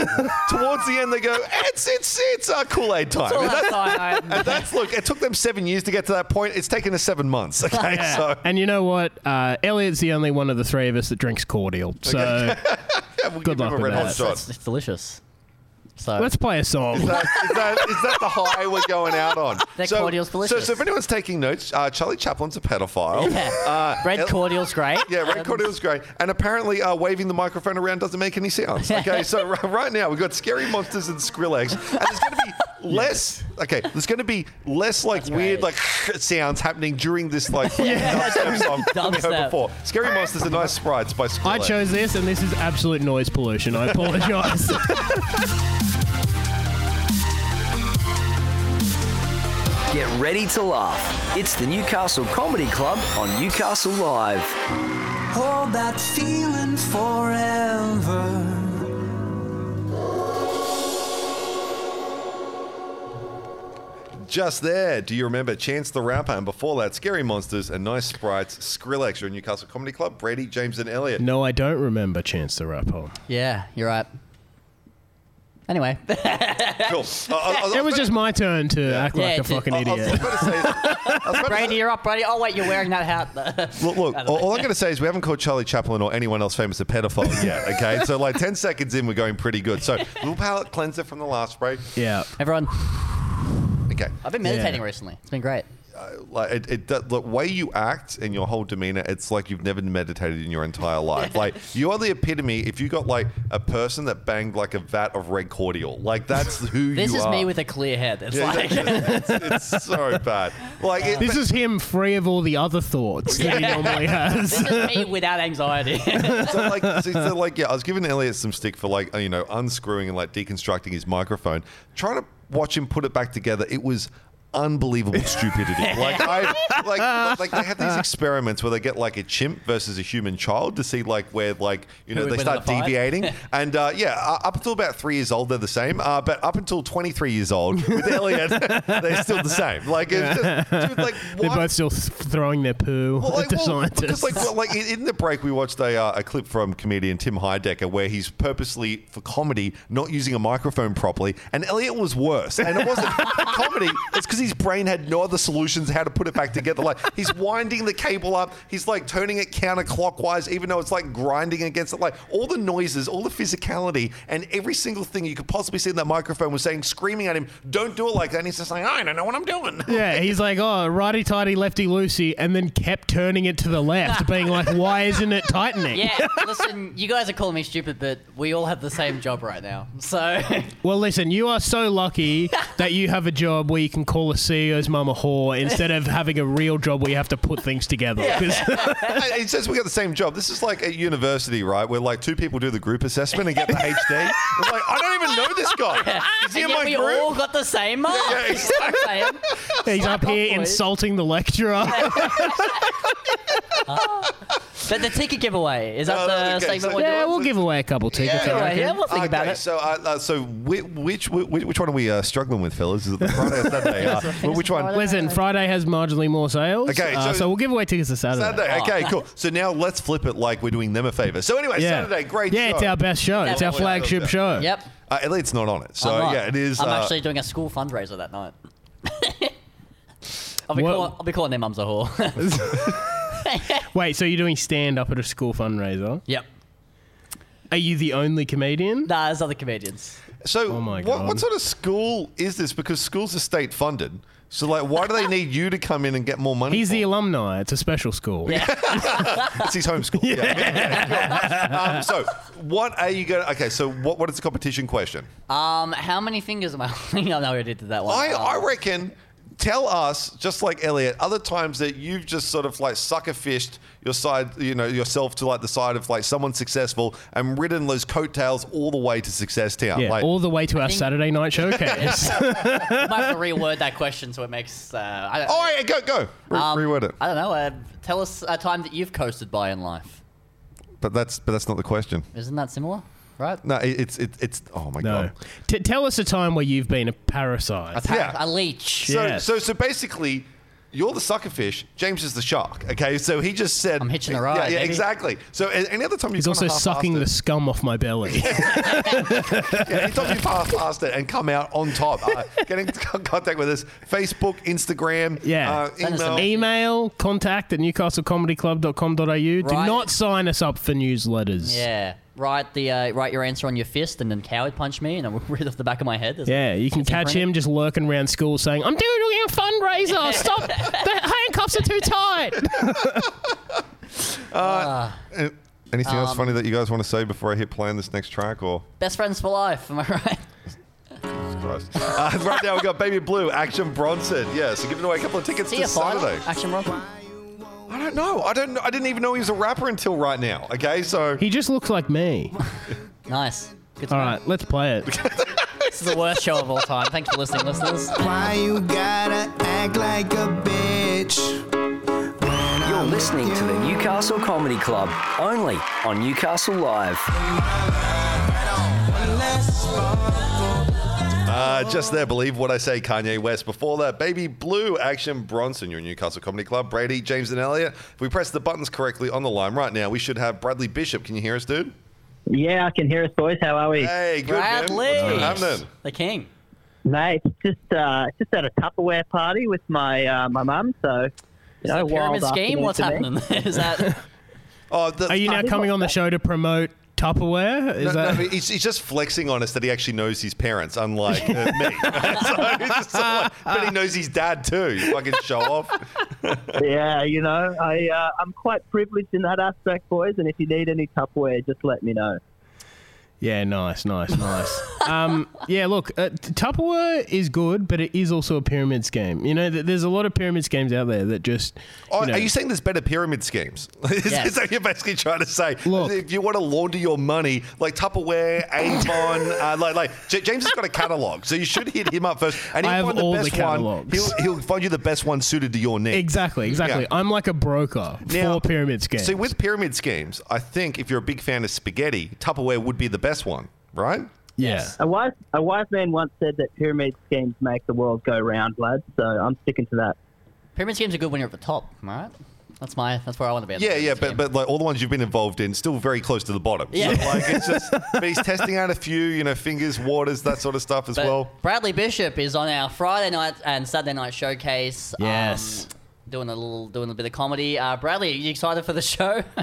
S2: towards the end, they go, "It's it's it's uh, Kool Aid time."
S3: all
S2: And
S3: that time.
S2: and that's look. It took them seven years to get to that point. It's taken us seven months. Okay, so
S4: and you know what? Uh, Elliot's the only one of the three of us that drinks cordial. So
S2: yeah, we'll
S4: Good
S2: give him a
S4: luck with
S2: red hot
S4: that.
S2: shot.
S3: It's, it's delicious. So
S4: let's play a song.
S2: Is that, is, that, is that the high we're going out on?
S3: That cordial's
S2: So,
S3: delicious.
S2: so if anyone's taking notes, uh, Charlie Chaplin's a pedophile.
S3: Yeah.
S2: Uh,
S3: red
S2: El-
S3: cordial's great.
S2: Yeah, red cordial's great. And apparently, uh, waving the microphone around doesn't make any sounds. Okay, so r- right now we've got scary monsters and Skrillex, and there's going to be less. Okay, there's going to be less like weird
S3: right.
S2: like sounds happening during this like dubstep song than we heard
S3: Dubstep.
S2: before. Scary monsters and nice sprites by Skrillex.
S4: I chose this, and this is absolute noise pollution. I apologize.
S1: Get ready to laugh. It's the Newcastle Comedy Club on Newcastle Live.
S10: Hold that feeling forever.
S2: Just there, do you remember Chance the Rapper and before that, Scary Monsters and Nice Sprites, Skrillex, your Newcastle Comedy Club, Brady, James, and Elliot.
S4: no, I don't remember Chance the Rapper.
S2: Oh,
S3: Yeah, you're right. Anyway,
S2: Cool. Uh, I- I- I was
S4: It was
S2: about-
S4: just my turn to act
S3: Yeah,
S4: like a
S3: it's-
S4: fucking
S3: I-
S2: I was
S4: idiot.
S2: about to say- I was about to
S3: Brady, you're up, Brady. Oh wait, you're wearing that hat.
S2: Look, look all, all I'm going to say is we haven't called Charlie Chaplin or anyone else famous a pedophile yet, okay? so, like 10 seconds in, we're going pretty good. So, little palate cleanser from the last break.
S4: yeah.
S3: Everyone,
S2: Okay.
S3: I've been meditating recently. It's been great.
S2: Uh, like, it, it, the, the way you act and your whole demeanor, it's like you've never meditated in your entire life. Like, you are the epitome if you got, like, a person that banged, like, a vat of red cordial. Like, that's who
S3: This
S2: you
S3: is
S2: are.
S3: me with a clear head. It's
S2: Yeah,
S3: like
S2: exactly. it's, it's so bad. Like, it,
S4: This is him free of all the other thoughts that he normally has.
S3: this is me without anxiety.
S2: so like, so, so like, yeah, I was giving Elliot some stick for like, uh, you know, unscrewing and like deconstructing his microphone. Trying to watch him put it back together, it was unbelievable stupidity. like, I like, like they have these experiments where they get like a chimp versus a human child to see like where like you know
S3: would
S2: they
S3: win in
S2: start
S3: the fight?
S2: deviating. and uh, yeah, uh, up until about three years old, they're the same. Uh, but up until twenty three years old with Elliot, they're still the same. Like, it's just, dude, like
S4: They're
S2: why-
S4: both still th- throwing their poo
S2: well, like,
S4: at the
S2: well, because
S4: scientists.
S2: like, well, like in in the break, we watched a, uh, a clip from comedian Tim Heidecker where he's purposely for comedy not using a microphone properly, and Elliot was worse. And it wasn't for comedy; it's because his brain had no other solutions how to put it back together. Like he's winding the cable up, he's like turning it counterclockwise, even though it's like grinding against it. Like all the noises, all the physicality, and every single thing you could possibly see in that microphone was saying, screaming at him, "Don't do it like that." And he's just like, "I don't know what I'm doing."
S4: Yeah, he's like, oh, righty tighty, lefty loosey, and then kept turning it to the left, being like, why isn't it tightening?
S3: Yeah, listen, you guys are calling me stupid, but we all have the same job right now. So,
S4: Well, listen, you are so lucky that you have a job where you can call a CEO's mum a whore instead of having a real job where you have to put things together. 'Cause-
S2: it says we got the same job. This is like at university, right? Where like two people do the group assessment and get the HD. It's like I don't even know this guy. Is he in
S3: and yet
S2: my
S3: we
S2: group?
S3: all got the same mark.
S2: yeah, exactly.
S4: he's up here
S3: boys.
S4: insulting the lecturer.
S3: But the ticket giveaway is that
S2: Oh,
S3: the
S2: okay,
S3: segment
S2: so-
S3: we're
S4: yeah,
S3: doing?
S4: we'll give away a couple tickets. I
S3: Yeah,
S4: reckon.
S3: yeah, we'll think
S2: okay,
S3: about it.
S2: So, uh, uh, so which, which which which one are we uh, struggling with, fellas? Is it the Friday or Saturday? Uh, well, which one?
S4: Listen, Friday has marginally more sales.
S2: Okay,
S4: uh,
S2: so-
S4: so we'll give away tickets to Saturday.
S2: Saturday. Okay, cool. So now let's flip it like we're doing them a favor. So anyway,
S4: Yeah.
S2: Saturday, great.
S4: Yeah,
S2: show.
S4: it's our best show. It's our
S2: Yeah.
S4: flagship show.
S3: Yep.
S2: Uh, Elliot's not on it, so
S3: I'm not.
S2: yeah, it is.
S3: I'm
S2: uh,
S3: actually doing a school fundraiser that night. I'll be,
S4: What-
S3: calling, I'll be calling their mums a whore.
S4: Wait, so you're doing stand up at a school fundraiser?
S3: yep.
S4: Are you the only comedian?
S3: Nah, there's other comedians.
S2: So,
S4: Oh my
S2: what,
S4: God.
S2: what sort of school is this? Because schools are state funded. So, like, why do they need you to come in and get more money?
S4: He's
S2: for
S4: the
S2: it?
S4: alumni. It's a special school.
S2: it's his home school. Yeah. um, so, what are you going? to... Okay, so what? What is the competition question?
S3: Um, how many fingers am I holding? I know I did that one.
S2: I,
S3: Um,
S2: I reckon. Tell us, just like Elliot, other times that you've just sort of like sucker fished your side, you know, yourself to like the side of like someone successful and ridden those coattails all the way to success town.
S4: Yeah,
S2: like,
S4: all the way to our
S3: think-
S4: Saturday night showcase.
S3: I might have to reword that question so it makes. Uh, I, don't-
S2: oh, yeah, go, go, Re-
S3: um,
S2: reword it.
S3: I don't know. Uh, tell us a time that you've coasted by in life.
S2: But that's but that's not the question.
S3: Isn't that similar? Right?
S2: No, it, it's it, it's oh my
S4: no.
S2: god.
S4: T- tell us a time where you've been a parasite.
S3: Par-
S2: Yeah.
S3: A leech.
S2: So
S4: Yes.
S2: so so basically, you're the sucker fish. James is the shark. Okay, so he just said
S3: I'm hitching a
S2: Yeah,
S3: ride,
S2: Yeah,
S3: baby.
S2: exactly. So a- any other time you
S4: He's also sucking the scum off my belly.
S2: Yeah, anytime you half past it and come out on top, uh, get in con- contact with us. Facebook, Instagram,
S4: Yeah.
S2: uh,
S3: Send us a
S2: email.
S3: message.
S4: Email contact at newcastlecomedyclub.com.au. Do
S3: Right.
S4: not sign us up for newsletters.
S3: Yeah. Write the uh, write your answer on your fist and then coward punch me and I'm rid off the back of my head. There's-
S4: Yeah, you can
S3: It's
S4: catch him just lurking around school saying, I'm doing a fundraiser. Stop. The handcuffs are too tight.
S2: Uh, Anything else funny that you guys want to say before I hit play on this next track? Or
S3: Best friends for life, am I right?
S2: Christ. Uh, right now we got Baby Blue, Action Bronson. Yeah, so giving away a couple of tickets
S3: See
S2: to
S3: ya, final.
S2: Saturday.
S3: Action rock.
S2: I don't know. I don't. know- I didn't even know he was a rapper until right now. Okay, so
S4: He just looks like me.
S3: Nice. Good
S4: All
S3: time.
S4: right, let's play it.
S3: This is the worst show of all time. Thanks for listening, listeners.
S10: Why you gotta act like a bitch?
S1: You're listening to the Newcastle Comedy Club only on Newcastle Live.
S2: Uh, just there, believe what I say, Kanye West. Before that, Baby Blue, Action Bronson, your Newcastle Comedy Club, Brady, James, and Elliot. If we press the buttons correctly on the line right now, we should have Bradley Bishop. Can you hear us, dude?
S11: Yeah, I can hear us, boys. How are we?
S2: Hey, good man.
S3: Bradley.
S2: What's been happening?
S3: The king.
S11: Mate, it's just uh, it's just at a Tupperware party with my uh, my mum, so you know,
S3: the pyramid
S11: wild
S3: scheme?
S11: afternoon
S3: What's
S11: for me.
S3: happening? is that
S2: Oh, the,
S4: Are you now coming on the show to promote Tupperware? Is
S2: No, no,
S4: that.
S2: he's, he's just flexing on us that he actually knows his parents, unlike uh, me. so he's just sort of like, but he knows his dad too. You fucking show off.
S11: Yeah, you know, I uh, I'm quite privileged in that aspect, boys. And if you need any Tupperware, just let me know.
S4: Yeah, nice, nice, nice. um, yeah, look, uh, t- Tupperware is good, but it is also a pyramid scheme. You know, th- there's a lot of pyramid schemes out there that just.
S2: Oh,
S4: you know-
S2: Are you saying there's better pyramid schemes? is,
S3: Yes.
S2: is that you're basically trying to say?
S4: Look.
S2: if you want to launder your money, like Tupperware, Avon, uh, like like J- James has got a catalog, so you should hit him up first, and he'll
S4: I have
S2: find the
S4: all the
S2: best one.
S4: catalogs.
S2: He'll, he'll find you the best one suited to your needs.
S4: Exactly, exactly.
S2: Yeah.
S4: I'm like a broker
S2: Now-
S4: for pyramid schemes.
S2: See, with pyramid schemes, I think if you're a big fan of spaghetti, Tupperware would be the best one, right?
S4: yeah.
S11: A wise a wise man once said that pyramid schemes make the world go round, lads. So I'm sticking to that.
S3: pyramid schemes are good when you're at the top, am I right? That's my. That's where I want to be. on the
S2: Yeah, yeah,
S3: women's
S2: but,
S3: team.
S2: but like all the ones you've been involved in, still very close to the bottom.
S3: Yeah.
S2: So, like it's just, but he's testing out a few, you know, fingers, waters, that sort of stuff as
S3: But
S2: well.
S3: Bradley Bishop is on our Friday night and Saturday night showcase. um,
S2: Yes.
S3: doing a little, doing a bit of comedy. Uh, Bradley, are you excited for the show?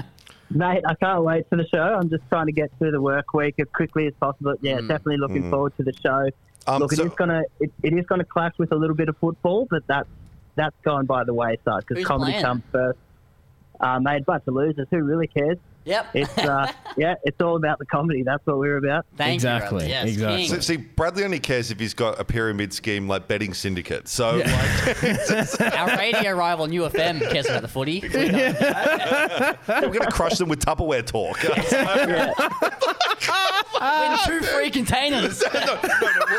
S11: Mate, I can't wait for the show. I'm just trying to get through the work week as quickly as possible. Yeah,
S3: Mm.
S11: definitely looking
S3: Mm.
S11: forward to the show.
S2: Hmm. Um,
S11: Look,
S2: so-
S11: it is gonna it, it is gonna clash with a little bit of football, but that's that's gone by the wayside because
S3: Who's
S11: comedy
S3: playing?
S11: comes first. Uh, mate, bunch of losers. Who really cares?
S3: Yep.
S11: It's uh, yeah, it's all about the comedy. That's what we're about.
S2: So- see, Bradley only cares if he's got a pyramid scheme like betting syndicate. So, like,
S3: our radio rival New FM cares about the footy.
S2: we're going to crush them with Tupperware talk.
S3: Win two free containers.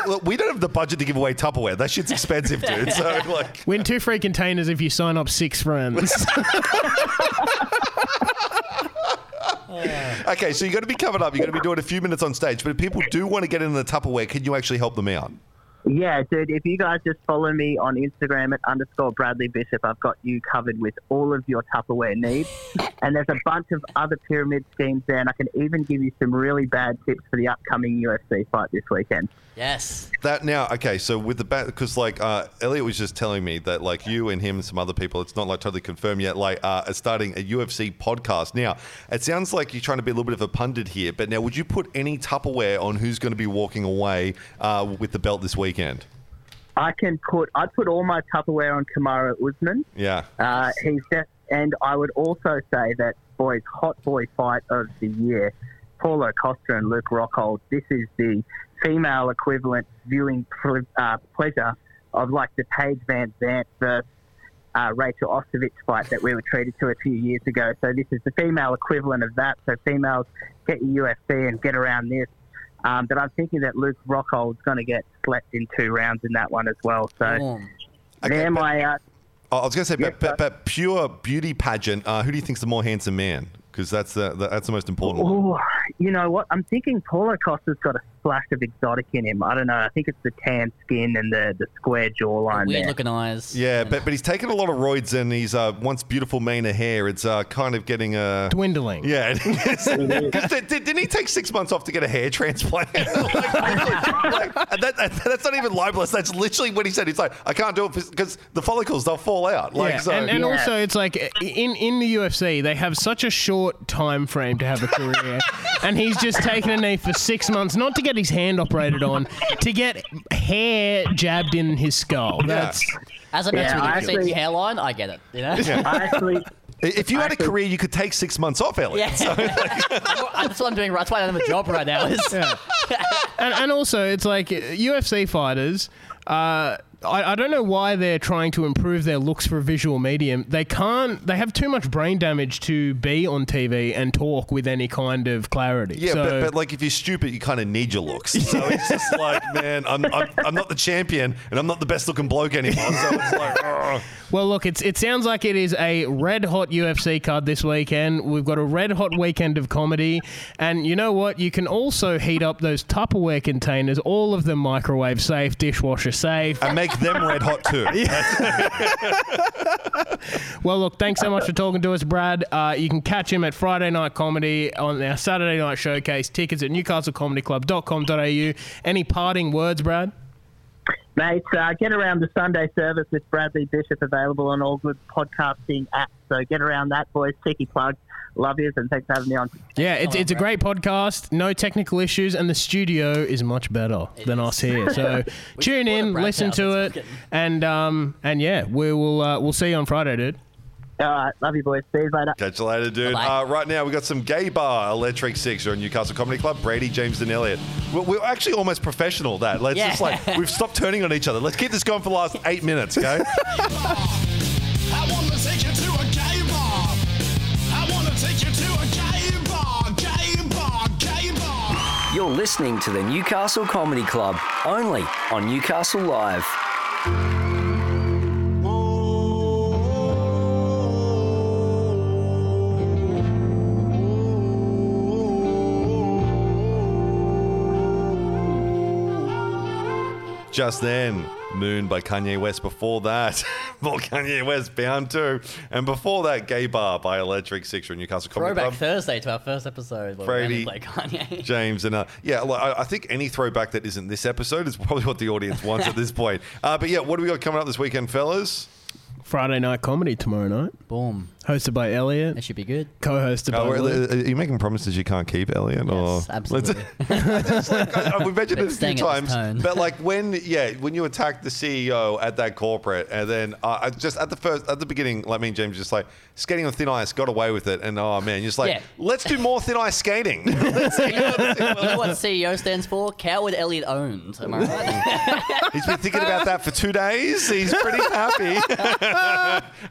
S2: Look, we don't have the budget to give away Tupperware. That shit's expensive, dude. So, like,
S4: Win two free containers if you sign up six friends.
S2: okay, so you're going to be covered up. You're going to be doing a few minutes on stage. But if people do want to get in the Tupperware, can you actually help them out?
S11: Yeah, dude, if you guys just follow me on Instagram at underscore Bradley Bishop, I've got you covered with all of your Tupperware needs. and there's a bunch of other pyramid schemes there, and I can even give you some really bad tips for the upcoming UFC fight this weekend.
S3: Yes.
S2: That now, okay, so with the bat, because like uh, Elliot was just telling me that like you and him and some other people, it's not like totally confirmed yet, like uh, are starting a UFC podcast. Now, it sounds like you're trying to be a little bit of a pundit here, but now would you put any Tupperware on who's going to be walking away uh, with the belt this weekend?
S11: I can put, I put all my Tupperware on Kamara Usman.
S2: Yeah.
S11: Uh, he's just, and I would also say that boys, hot boy fight of the year, Paulo Costa and Luke Rockhold. This is the female equivalent viewing pr- uh, pleasure of like the Paige Van Zant versus uh, Rachel Ostovich fight that we were treated to a few years ago. So this is the female equivalent of that. So females get your UFC and get around this. Um, but I'm thinking that Luke Rockhold's going to get slept in two rounds in that one as well. So they're my uh,
S2: I I was going to say, but, but, but pure beauty pageant, uh, who do you think's the more handsome man? Because that's the, the, that's the most important one.
S11: Oh, you know what? I'm thinking Paulo Costa's got a splash of exotic in him. I don't know. I think it's the tan skin and the, the square jawline. there.
S3: eyes.
S2: Yeah, but, but he's taken a lot of roids and he's uh, once beautiful mane of hair. It's uh, kind of getting uh,
S4: dwindling.
S2: Yeah, because didn't he take six months off to get a hair transplant? Like, like, and that, that- that's not even libelous. That's literally what he said. He's like, I can't do it because the follicles they'll fall out. Like,
S4: yeah,
S2: so.
S4: and, and also it's like in in the UFC they have such a short time frame to have a career, and he's just taken a knee for six months not to get his hand operated on, to get hair jabbed in his skull. That's
S3: As I
S4: Yeah,
S3: mentioned
S4: I
S3: with the
S4: actually-
S3: UFC hairline, I get it. You know.
S2: Yeah. I
S11: actually-
S2: if you had a career, you could take six months off, Elliot.
S3: Yeah. that's what I'm doing. right- That's why I don't have a job right now. Is
S4: Yeah. and, and also, it's like uh, UFC fighters. Uh, I, I don't know why they're trying to improve their looks for a visual medium. They can't. They have too much brain damage to be on TV and talk with any kind of clarity.
S2: Yeah,
S4: So-
S2: but, but like if you're stupid, you kind of need your looks. So it's just like, man, I'm, I'm, I'm not the champion and I'm not the best looking bloke anymore. So it's like, ugh.
S4: well, look, it's it sounds like it is a red hot UFC card this weekend. We've got a red hot weekend of comedy, and you know what? You can also heat up those Tupperware containers, all of them microwave safe, dishwasher safe,
S2: and make them red hot too.
S4: Well, look, thanks so much for talking to us, Brad. Uh, you can catch him at Friday Night Comedy on our Saturday Night Showcase. Tickets at newcastlecomedyclub.com.au. Any parting words, Brad?
S11: Mate, uh, get around the Sunday service with Bradley Bishop available on all good podcasting apps. So get around that, boys. Cheeky plug. Love yous and thanks for having me on.
S4: Yeah, it's,
S11: Come on,
S4: it's a great podcast. No technical issues, and the studio is much better than us here. So
S3: We
S4: tune in,
S3: Brad's
S4: listen
S3: house,
S4: to
S3: it's
S4: it, and um, and yeah, we will uh, we'll see you on Friday, dude.
S11: All right. Love you, boys. See you later.
S2: Catch you later, dude. Uh, right now, we got some gay bar electric six or Newcastle Comedy Club. Brady, James, and Elliot. We're, we're actually almost professional. at That let's
S12: Yeah.
S2: just like we've stopped turning on each other. Let's keep this going for the last eight minutes, okay?
S12: I wanna take you to a gay bar. I wanna take you to a gay bar, gay bar, gay bar.
S1: You're listening to the Newcastle Comedy Club only on Newcastle Live.
S11: Oh,
S2: Just then, Moon by Kanye West before that. More Kanye West Bound 2. And before that, Gay Bar by Electric Sixer and Newcastle Comedy
S3: Throwback
S4: Um,
S2: Club.
S3: Thursday to our first episode. Where
S2: Brady,
S3: we randomly played Kanye.
S2: James, and uh, yeah, like, I, I think any throwback that isn't this episode is probably what the audience wants at this point. Uh, but yeah, what do we got coming up this weekend, fellas?
S4: Friday night comedy tomorrow night.
S3: Boom.
S4: Hosted by Elliot. That
S3: should be good.
S4: Co-hosted
S2: Oh,
S4: by.
S2: well,
S4: Luke.
S2: are you making promises you can't keep, Elliot?
S4: Oh,
S2: Yes, or? uh,
S3: absolutely.
S2: We've mentioned
S3: Been
S2: it a few
S3: staying at this tone.
S2: times, but like when, yeah, when you attack the CEO at that corporate, and then uh, I just at the first, at the beginning, like me and James, just like skating on thin ice, got away with it, and oh man, you're just like,
S3: Yeah.
S2: let's do more thin ice skating.
S3: you know what CEO stands for? Coward Elliot owned. Am I right?
S2: He's been thinking about that for two days. He's pretty happy.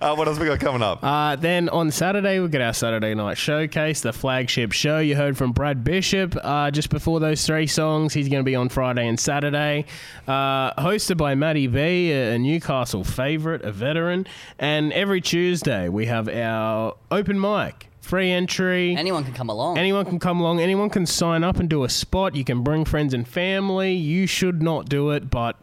S2: uh, what else we got coming up?
S4: Uh, then on Saturday, we get our Saturday night showcase, the flagship show. You heard from Brad Bishop uh, just before those three songs. He's going to be on Friday and Saturday, uh, hosted by Matty V, a a Newcastle favourite, a veteran. And every Tuesday, we have our open mic. Free entry.
S3: Anyone can come along.
S4: Anyone can come along. Anyone can sign up and do a spot. You can bring friends and family. You should not do it, but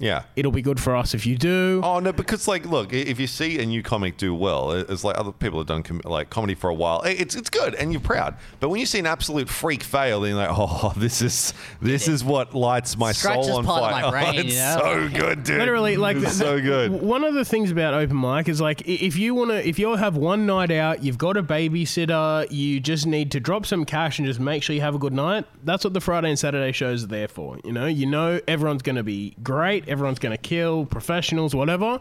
S2: Yeah.
S4: it'll be good for us if you do.
S2: Oh no, because like, look, i- if you see a new comic do well, i- it's like other people have done com- like comedy for a while. i- It's it's good, and you're proud. But when you see an absolute freak fail, then you're like, oh, this is this is what lights my
S4: Scratches
S2: soul on
S4: part of
S2: fire.
S4: my brain,
S2: Oh, it's
S4: you know?
S2: so good, dude.
S4: Literally, like
S2: it's
S4: the-
S2: so
S4: the-
S2: good.
S4: One of the things about open mic is like i- if you want to, if you have one night out, you've got a babysitter, you just need to drop some cash and just make sure you have a good night. That's what the Friday and Saturday shows are there for. You know, you know everyone's going to be great, everyone's going to kill, professionals, whatever.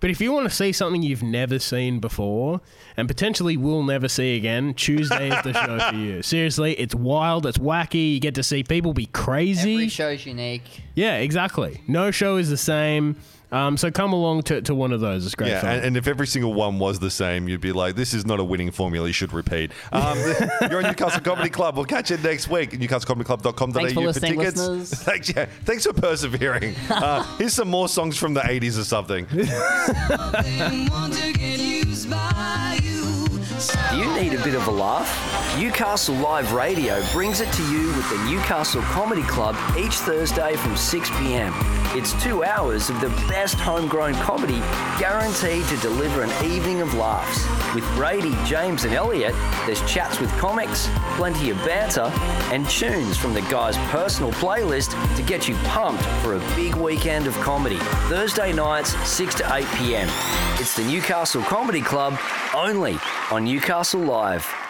S4: But if you want to see something you've never seen before and potentially will never see again, Tuesday is the show for you. Seriously, it's wild, it's wacky. You get to see people be crazy.
S3: Every show's unique.
S4: Yeah, exactly. No show is the same. Um, so come along to, to one of those. It's great
S2: Yeah,
S4: fun.
S2: and, and if every single one was the same, you'd be like, this is not a winning formula. You should repeat. Um, you're on Newcastle Comedy Club. We'll catch you next week. NewcastleComedyClub.com.au
S12: Thanks for listening,
S2: tickets.
S12: listeners.
S2: Thanks, yeah, thanks for persevering. Uh, here's some more songs from the 80s or something.
S1: Do you need a bit of a laugh? Newcastle Live Radio brings it to you with the Newcastle Comedy Club each Thursday from 6 p.m. It's two hours of the best homegrown comedy guaranteed to deliver an evening of laughs. With Brady, James, and Elliot, there's chats with comics, plenty of banter, and tunes from the guys' personal playlist to get you pumped for a big weekend of comedy. Thursday nights, 6 to 8 p.m. It's the Newcastle Comedy Club only on Newcastle Live.